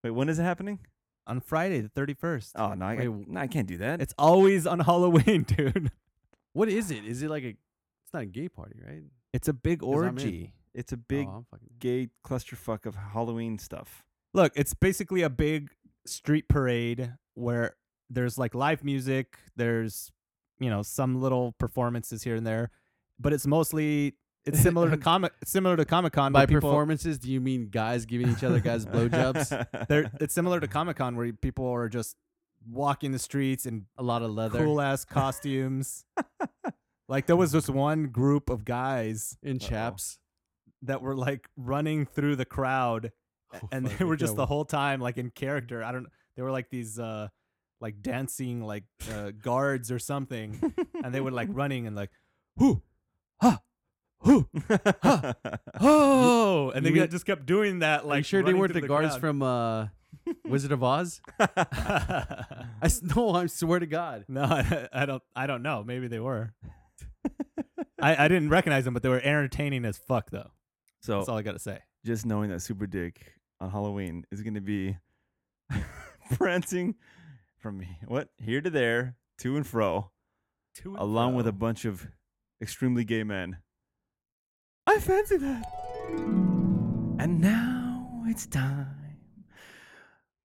Wait, when is it happening? On Friday the 31st. Oh no, I, Wait, I- w- no, I can't do that. It's always on Halloween, dude. What is it? Is it like a? It's not a gay party, right? It's a big 'Cause I'm in. orgy. it's a big Oh, I'm fucking- gay clusterfuck of Halloween stuff. Look, it's basically a big street parade where there's like live music, there's you know some little performances here and there, but it's mostly it's similar to comic similar to Comic Con. By performances, do you mean guys giving each other guys blowjobs? They're, it's similar to Comic Con where people are just walking the streets in A lot of leather cool ass costumes. like there was this one group of guys in chaps. that were like running through the crowd and Oh, fuck, they were yeah, just well- the whole time like in character. I don't. They were like these uh like dancing like uh, guards or something, and they were like running and like who huh, who, huh, oh, and they You mean- just kept doing that. Like, you sure they running weren't through the guards crowd. from uh, Wizard of Oz? I s- no, I swear to God. No, I, I don't. I don't know. Maybe they were. I, I didn't recognize them, but they were entertaining as fuck, though. Oh. So That's all I gotta say. Just knowing that Super Dick on Halloween is going to be prancing from he- what here to there, to and fro, To and along with a bunch of extremely gay men. I fancy that. And now it's time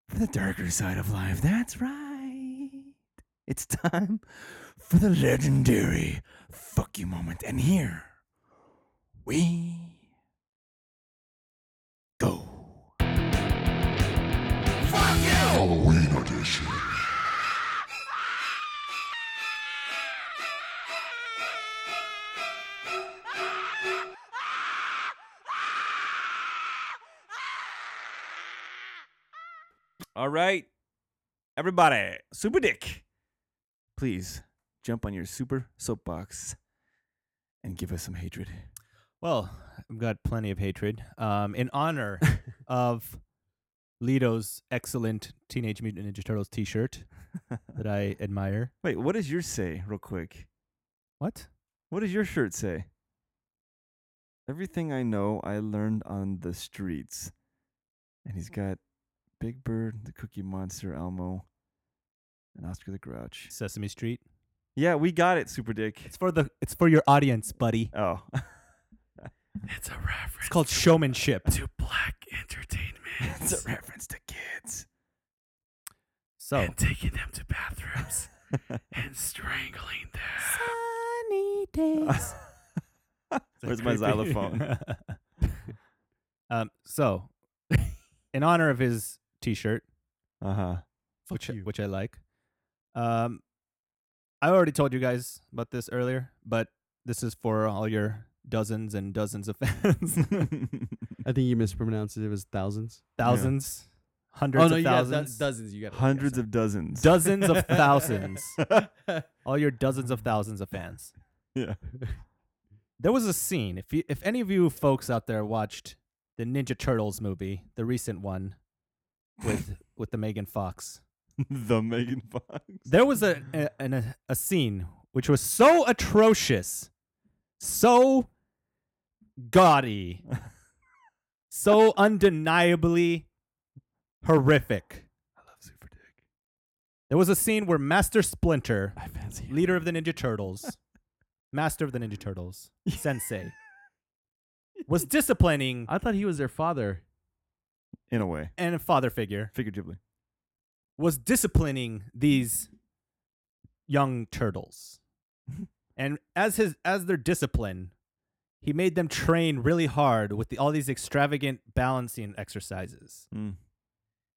for the darker side of life. That's right. It's time for the legendary fuck you moment. And here we Halloween edition. All right. Everybody, Super Dick, please jump on your super soapbox and give us some hatred. Well, I've got plenty of hatred. Um, in honor of Lito's excellent Teenage Mutant Ninja Turtles T-shirt that I admire. Wait, what does yours say, real quick? What? What does your shirt say? Everything I know, I learned on the streets. And he's got Big Bird, the Cookie Monster, Elmo, and Oscar the Grouch. Sesame Street. Yeah, we got it, Super Dick. It's for the. It's for your audience, buddy. Oh, it's a reference. It's called showmanship. To black entertainment. It's a reference to kids. So And taking them to bathrooms and strangling them. Sunny days. Where's my xylophone? um, so, in honor of his T-shirt, uh huh, which which I like. Um, I already told you guys about this earlier, but this is for all your dozens and dozens of fans, I think you mispronounced it. It was thousands. thousands, hundreds oh no, of you got do- thousands, dozens. You got it. Hundreds of dozens. dozens of thousands, all your dozens of thousands of fans. yeah. There was a scene. If you, if any of you folks out there watched the Ninja Turtles movie, the recent one with with the Megan Fox, the Megan Fox. there was a a, an, a a scene which was so atrocious, so gaudy, so undeniably horrific. I love Super Dick. There was a scene where Master Splinter, I fancy you. leader of the Ninja Turtles, master of the Ninja Turtles, sensei, was disciplining I thought he was their father. in a way, and a father figure figuratively. was disciplining these young turtles. and as his as their discipline, he made them train really hard with the, all these extravagant balancing exercises. Mm.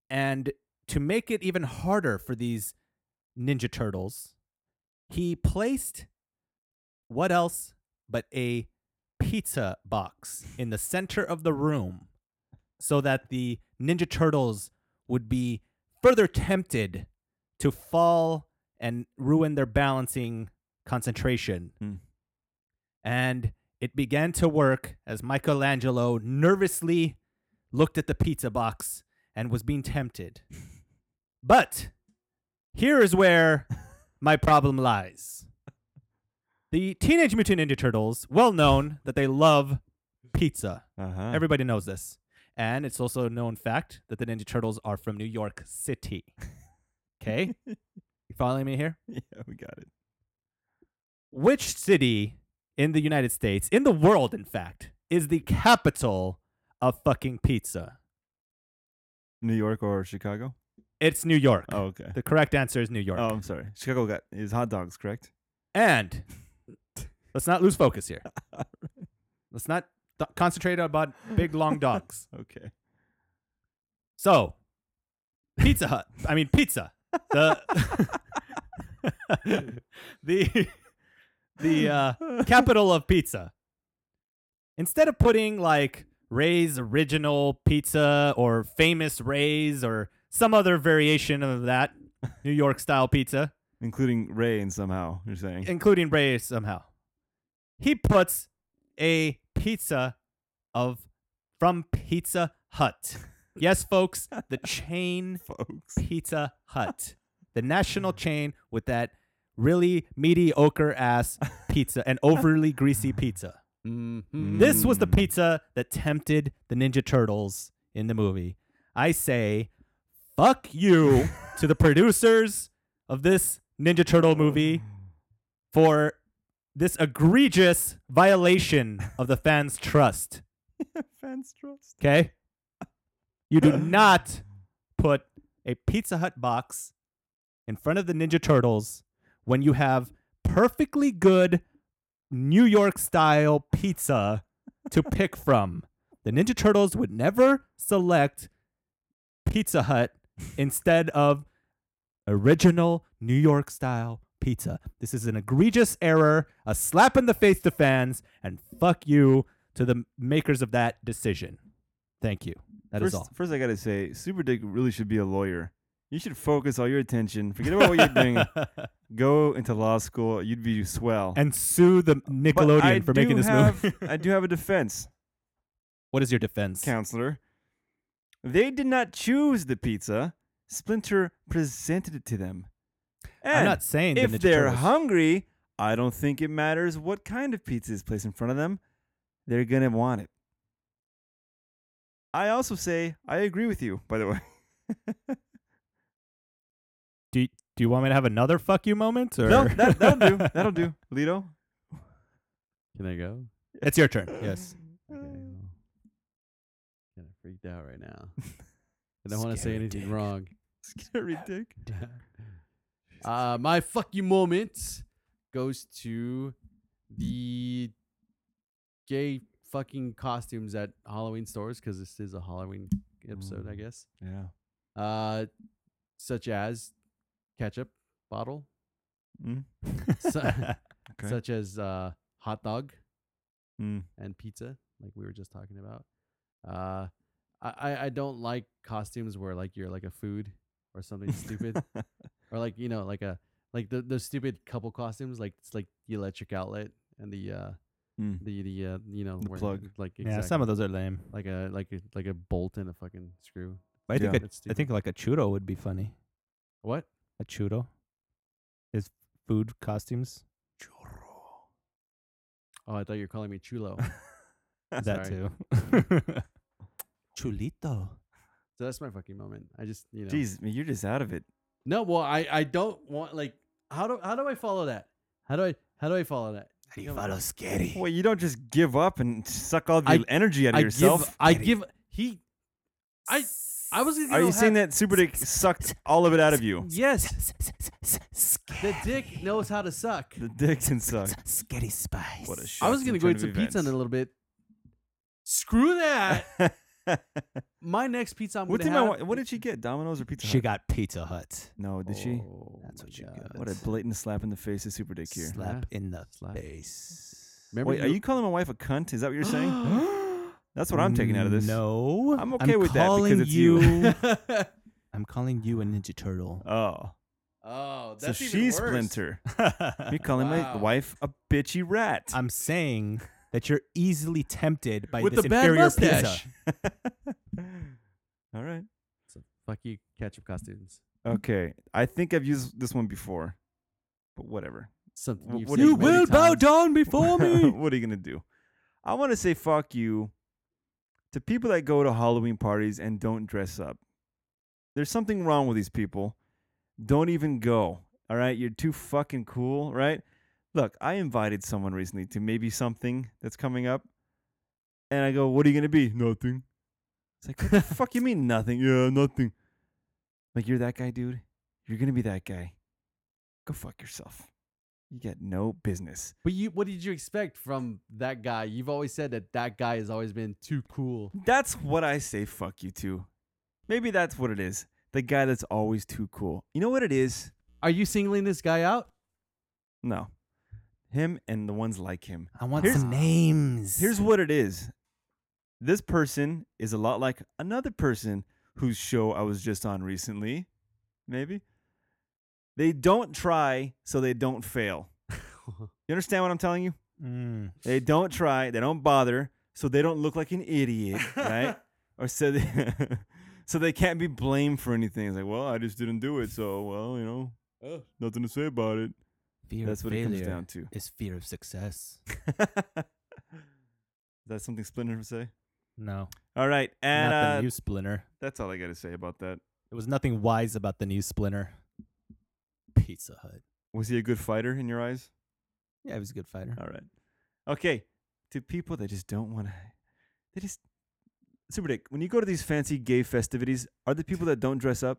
And to make it even harder for these ninja turtles, he placed what else but a pizza box in the center of the room so that the ninja turtles would be further tempted to fall and ruin their balancing concentration. Mm. And it began to work as Michelangelo nervously looked at the pizza box and was being tempted. but here is where my problem lies. The Teenage Mutant Ninja Turtles, well known that they love pizza. Uh huh. Everybody knows this. And it's also a known fact that the Ninja Turtles are from New York City. Okay? you following me here? yeah, we got it. Which city in the United States, in the world, in fact, is the capital of fucking pizza? New York or Chicago? It's New York. Oh, okay. The correct answer is New York. Oh, I'm sorry. Chicago got is hot dogs, correct? And let's not lose focus here. Let's not th- concentrate about big, long dogs. Okay. So, Pizza Hut. I mean, pizza. The the the uh, capital of pizza. Instead of putting like Ray's original pizza or famous Ray's or some other variation of that New York style pizza, Including Ray and somehow you're saying. including Ray somehow, he puts a pizza of from Pizza Hut. Yes, folks, the chain Pizza Hut, the national chain with that really mediocre ass pizza and overly greasy pizza. Mm-hmm. Mm. This was the Mm. pizza that tempted the Ninja Turtles in the movie. I say, fuck you to the producers of this Ninja Turtle movie for this egregious violation of the fans' trust. Fans trust. Okay? You do not put a Pizza Hut box in front of the Ninja Turtles when you have perfectly good New York style pizza to pick from. The Ninja Turtles would never select Pizza Hut instead of original New York style pizza. This is an egregious error, a slap in the face to fans, and fuck you to the makers of that decision. Thank you. That is first, all. First, I gotta say, Super Dick really should be a lawyer. You should focus all your attention. Forget about what you're doing. Go into law school. You'd be swell. And sue the But I Nickelodeon for do making this have, movie. I do have a defense, what is your defense? counselor. They did not choose the pizza. Splinter presented it to them. I'm And not saying the if Ninja they're Turtles- hungry, I don't think it matters what kind of pizza is placed in front of them. They're gonna want it. I also say I agree with you. By the way, Do, do you want me to have another fuck you moment? Or? no, that, that'll do. That'll do. Lito, Can I go? It's your turn. Yes. Okay. Mm. kind of freaked out right now. I don't want to say anything wrong. scary dick. Uh, my fuck you moment goes to the gay fucking costumes at Halloween stores because this is a Halloween episode, Mm. I guess. Yeah. Uh, such as ketchup bottle, Mm. su- Okay. such as uh, hot dog Mm. and pizza, like we were just talking about. Uh, I- I I don't like costumes where like you're like a food or Hmm. something stupid, or like you know like a like the the stupid couple costumes like it's like the electric outlet and the uh Mm. the the uh you know The where- plug. like Yeah, some of those are lame. like a like a like a bolt and a fucking screw. But I think Yeah. a- That's I think like a churro would be funny. What? A churro is food costumes. Oh, I thought you were calling me chulo. that Sorry. too. Chulito. so that's my fucking moment. I just you know Jeez, man, you're just out of it. no. Well, I I don't want like how do how do I follow that? How do I how do I follow that? How do Come you on. follow scary? Well, you don't just give up and suck all the I- energy out of I yourself. give I give he I I was gonna Are you have- saying that Super Dick sucked all of it out of you? Yes, Scary. the dick knows how to suck. The dick can suck. Scary spice. What a I was shocking gonna go turn eat of some pizza in a events. little bit. Screw that. My next pizza I'm what, did gonna my, have. wa- what did she get? Domino's or Pizza She Hut? got Pizza Hut. No, did she? Oh That's what my you God. got. What a blatant slap in the face of Super Dick here. Slap in the Slap. face. Remember Wait, are you calling my wife a cunt? Is that what you're saying? That's what I'm taking out of this. No, I'm okay with that because calling it's you. I'm calling you a Ninja Turtle. Oh, Oh, so that's even she's worse. Splinter. You're calling Wow. my wife a bitchy rat. I'm saying that you're easily tempted by With this the bad inferior mustache. pizza. all right. So fuck you, ketchup costumes. Okay, I think I've used this one before, but whatever. Something Wh- you've what said do you many will bow times. down before what are you gonna do? I want to say fuck you to people that go to Halloween parties and don't dress up. There's something wrong with these people. Don't even go. All right, you're too fucking cool, right? Look, I invited someone recently to maybe something that's coming up, and I go, "What are you gonna be? Nothing." It's like, what the fuck you mean nothing? Yeah, nothing. Like you're that guy, dude. You're gonna be that guy. Go fuck yourself. You got no business. But you, what did you expect from that guy? You've always said that that guy has always been too cool. That's what I say fuck you to. Maybe that's what it is. The guy that's always too cool. You know what it is? Are you singling this guy out? No. Him and the ones like him. I want Here's- some names. Here's what it is. This person is a lot like another person whose show I was just on recently. Maybe. They don't try so they don't fail. You understand what I'm telling you? Mm. They don't try. They don't bother. So they don't look like an idiot, right? or so they, so they can't be blamed for anything. It's like, well, I just didn't do it. So, well, you know, Oh. nothing to say about it. Fear That's of what it failure comes down to. is fear of success. That's something Splinter would say. No. All right, and Not the uh, new Splinter. that's all I got to say about that. There was nothing wise about the new Splinter. Pizza Hut. Was he a good fighter in your eyes? Yeah, he was a good fighter. All right. Okay. To people that just don't want to, they just super dick. When you go to these fancy gay festivities, are the people that don't dress up?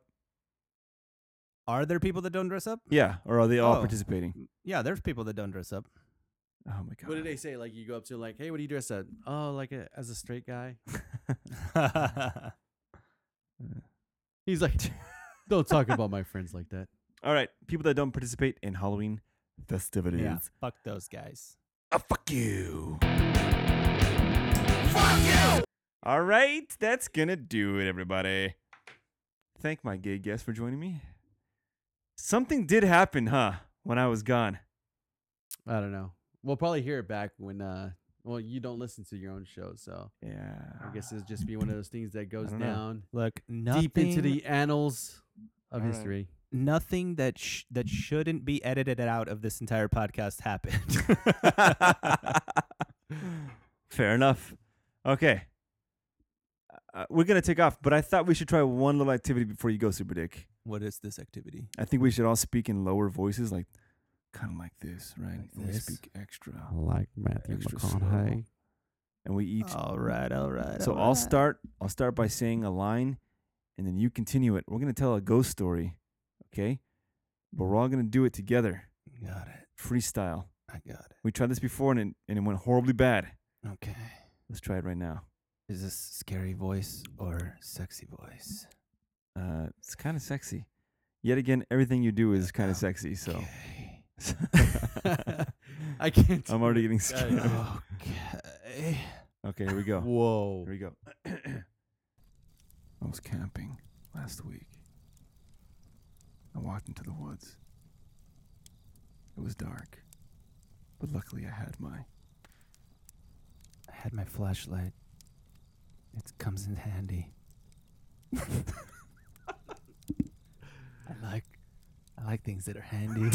Are there people that don't dress up? Yeah, or are they all Oh. participating? Yeah, there's people that don't dress up. Oh my What god. did they say? Like you go up to like, hey, what do you dress up? Oh, like a, as a straight guy. He's like, don't talk about my friends like that. All right, people that don't participate in Halloween festivities. yeah, fuck those guys. Ah, fuck you. All right, that's gonna do it, everybody. Thank my gay guest for joining me. Something did happen, huh? When I was gone. I don't know. We'll probably hear it back when. uh Well, you don't listen to your own show, so Yeah. I guess it'll just be one of those things that goes don't know. down Look, nothing, deep into the annals of All right. history. nothing that sh- that shouldn't be edited out of this entire podcast happened. Fair enough. Okay. Uh, we're gonna take off, but I thought we should try one little activity before you go, Super Dick. what is this activity? I think we should all speak in lower voices, like kind of like this, right? and this? we speak extra, Like Matthew Extra slow. McConaughey. and we each. All right, all right. so all I'll right. start. I'll start by saying a line, and then you continue it. We're gonna tell a ghost story, okay? But we're all gonna do it together, Got it. freestyle. I got it. We tried this before, and it, and it went horribly bad. Okay. Let's try it right now. Is this scary voice or sexy voice? Uh, it's kind of sexy. Yet again, everything you do is kind of sexy. So Okay. I can't. I'm do already it. getting scared. okay. Okay, here we go. Whoa. Here we go. I was camping last week. I walked into the woods. It was dark, but luckily I had my. I had my flashlight. It comes in handy. I like I like things that are handy.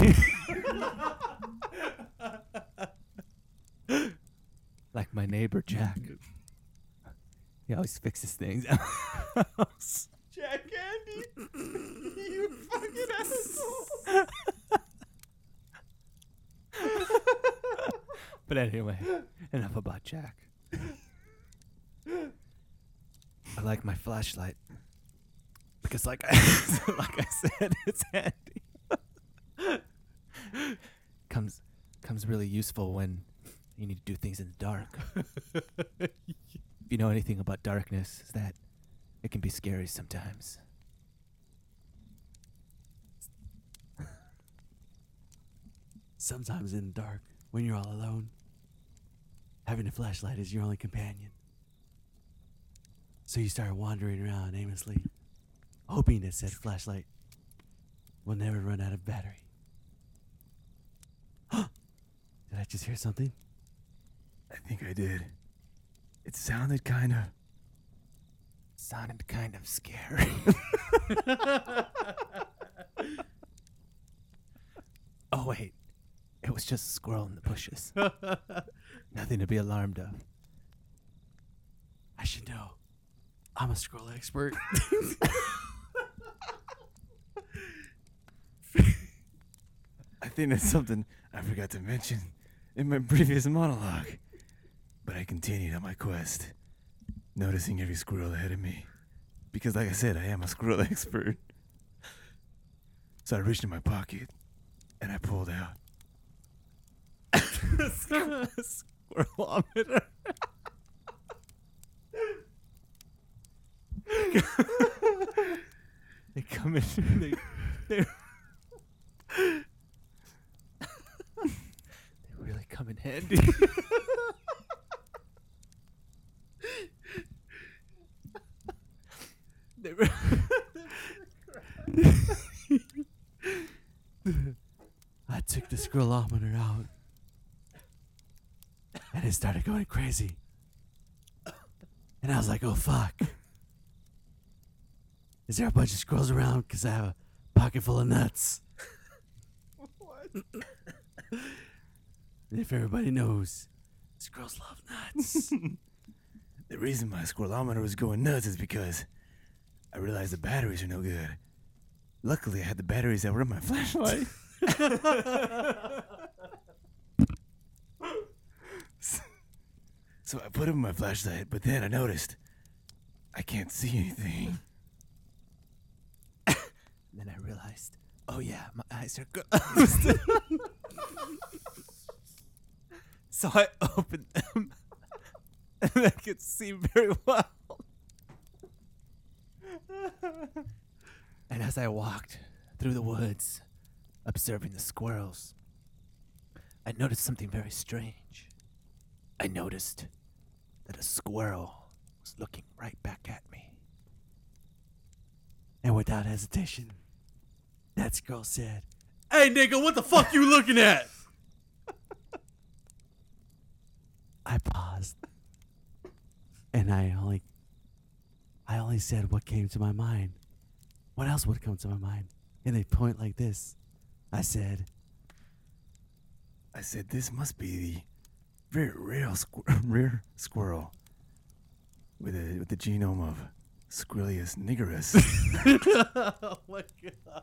like my neighbor Jack. He always fixes things. Jack Andy, you fucking asshole. but anyway, enough about Jack. I like my flashlight because like I like I said it's handy. comes comes really useful when you need to do things in the dark. if you know anything about darkness, is that it can be scary sometimes. Sometimes in the dark, when you're all alone, having a flashlight is your only companion. So you start wandering around aimlessly, hoping that said flashlight will never run out of battery. Did I just hear something? I think I did. It sounded kind of. Sounded kind of scary. oh wait, it was just a squirrel in the bushes. Nothing to be alarmed of. I should know. I'm a scroll expert. I think that's something I forgot to mention in my previous monologue. But I continued on my quest, noticing every squirrel ahead of me. Because, like I said, I am a squirrel expert. So I reached in my pocket and I pulled out. Squirrelometer. they come in. They, They really come in handy. They re- I took the scrollometer out and it started going crazy. And I was like, oh, fuck. Is there a bunch of squirrels around? Because I have a pocket full of nuts. And if everybody knows, squirrels love nuts. The reason my squirrelometer was going nuts is because I realized the batteries are no good. Luckily, I had the batteries that were in my flashlight. so I put in my flashlight, but then I noticed I can't see anything. then I realized, oh yeah, my eyes are closed. So I opened them, and I could see very well. and as I walked through the woods, observing the squirrels, I noticed something very strange. I noticed that a squirrel was looking right back at me. and without hesitation, that squirrel said, Hey, nigga, what the fuck you looking at? I paused. And I only I only said what came to my mind. What else would come to my mind? And they point like this. I said, I said, this must be the very real squir- rare squirrel with, a, with the genome of Squirrelius nigerus. oh my god.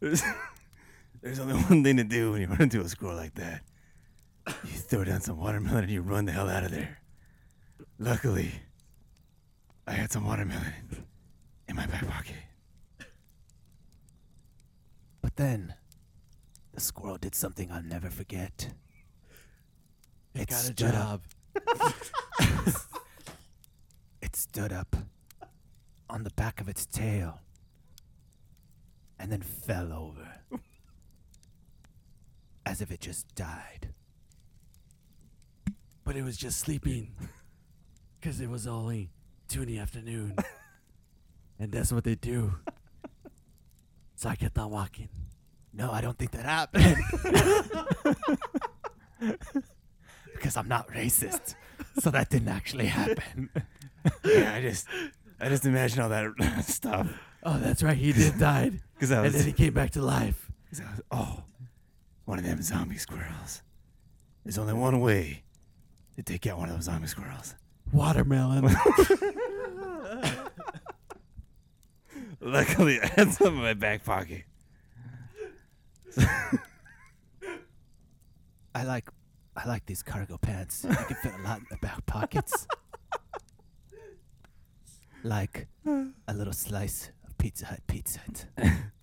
There's, there's only one thing to do when you run into a squirrel like that. You throw down some watermelon and you run the hell out of there. Luckily, I had some watermelon in my back pocket. But then, the squirrel did something I'll never forget. It got a stood up- it stood up on the back of its tail and then fell over as if it just died. but it was just sleeping. Cause it was only two in the afternoon. and that's what they do. So I kept on walking. No, I don't think that happened. because I'm not racist. So that didn't actually happen. Yeah, I just, I just imagine all that stuff. Oh, that's right. He did died. Because I was, and then he came back to life. 'cause I was, oh, one of them zombie squirrels. There's only one way to take out one of those zombie squirrels. Watermelon. Luckily, I had some in my back pocket. I like I like these cargo pants. You can fit a lot in the back pockets. like a little slice of Pizza Hut pizza.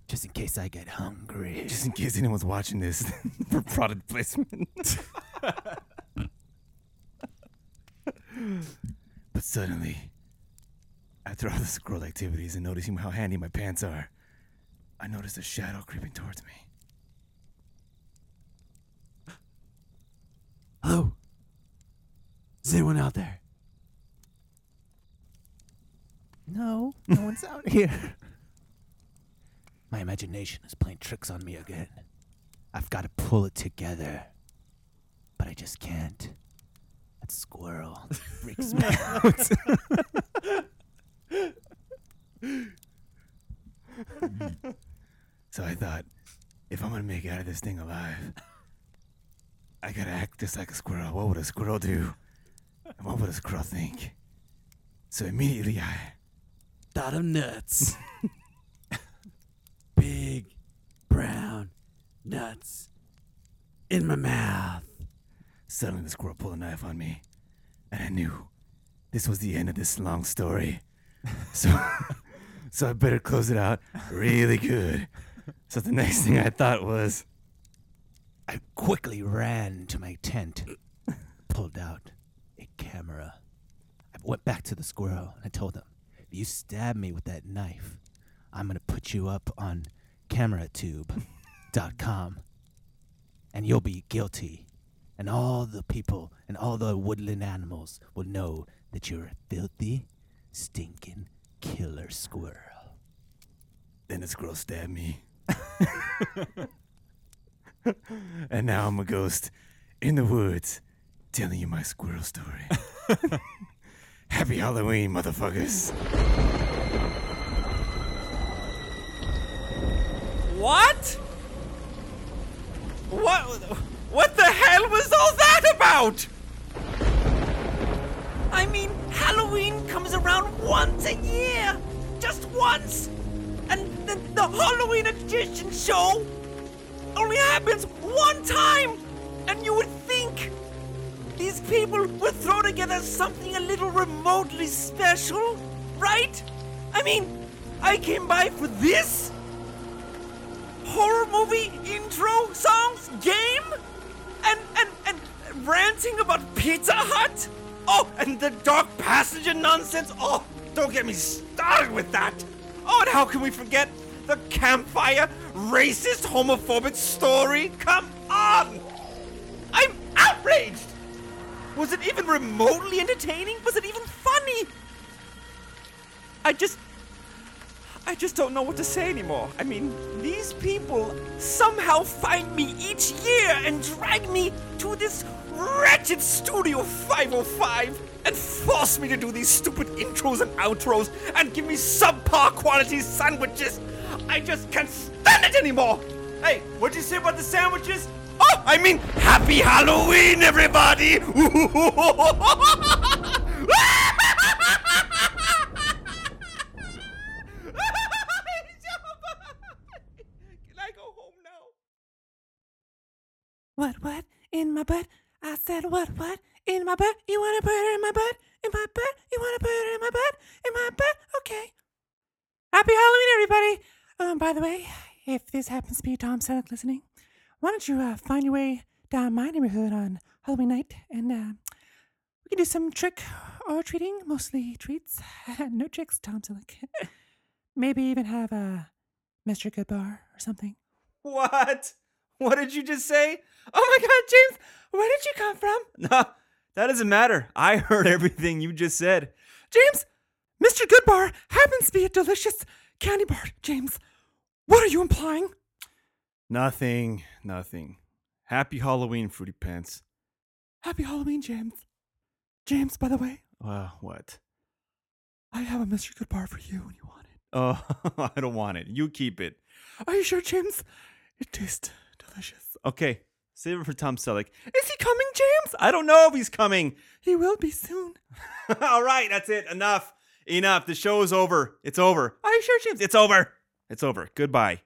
Just in case I get hungry. Just in case anyone's watching this for product placement. but suddenly, after all the scroll activities and noticing how handy my pants are, I noticed a shadow creeping towards me. Hello? Is anyone out there? No, no one's out here. My imagination is playing tricks on me again. I've got to pull it together. But I just can't. That squirrel freaks me out. So I thought, if I'm gonna make it out of this thing alive, I gotta act just like a squirrel. What would a squirrel do? And what would a squirrel think? So immediately I Thought of nuts. Big brown nuts in my mouth. Suddenly, the squirrel pulled a knife on me, and I knew this was the end of this long story. So, so I better close it out really good. So the next thing I thought was, I quickly ran to my tent, pulled out a camera. I went back to the squirrel and I told him, if you stab me with that knife, I'm going to put you up on cameratube.com and you'll be guilty. And all the people and all the woodland animals will know that you're a filthy, stinking killer squirrel. then the squirrel stabbed me, and now I'm a ghost in the woods telling you my squirrel story. Happy Halloween, motherfuckers. What? What? What the hell was all that about? I mean, Halloween comes around once a year, just once, and the, the Halloween edition show only happens one time. And you would think these people would throw together something a little remotely special, right? I mean, I came by for this horror movie intro songs game and and and ranting about Pizza Hut. Oh, and the dark passenger nonsense. Oh, don't get me started with that. Oh, and how can we forget the campfire racist homophobic story? Come on. I'm outraged. Was it even remotely entertaining? Was it even funny? I just I just don't know what to say anymore. I mean, these people somehow find me each year and drag me to this wretched Studio 505 and force me to do these stupid intros and outros and give me subpar quality sandwiches. I just can't stand it anymore. Hey, what'd you say about the sandwiches? Oh, I mean, happy Halloween, everybody! What, what? In my butt? I said, what, what? In my butt? You want to put it in my butt? In my butt? You want to put it in my butt? In my butt? Okay. Happy Halloween, everybody! Um, by the way, if this happens to be Tom Selleck listening, why don't you uh, find your way down my neighborhood on Halloween night and uh, we can do some trick or treating, mostly treats. no tricks, Tom Selleck. Maybe even have uh, Mr. Goodbar or something. What? What did you just say? Oh my god, James, where did you come from? No, that doesn't matter. I heard everything you just said. James, Mr. Goodbar happens to be a delicious candy bar. James, what are you implying? Nothing, nothing. Happy Halloween, Fruity Pants. Happy Halloween, James. James, by the way, Wow, Uh, what? I have a Mr. Goodbar for you when you want Oh, I don't want it. You keep it. it. Are you sure, James? It tastes delicious. Okay, save it for Tom Selleck. Is he coming, James? I don't know if he's coming. He will be soon. All right, that's it. Enough. Enough. The show is over. It's over. Are you sure, James? It's over. It's over. Goodbye.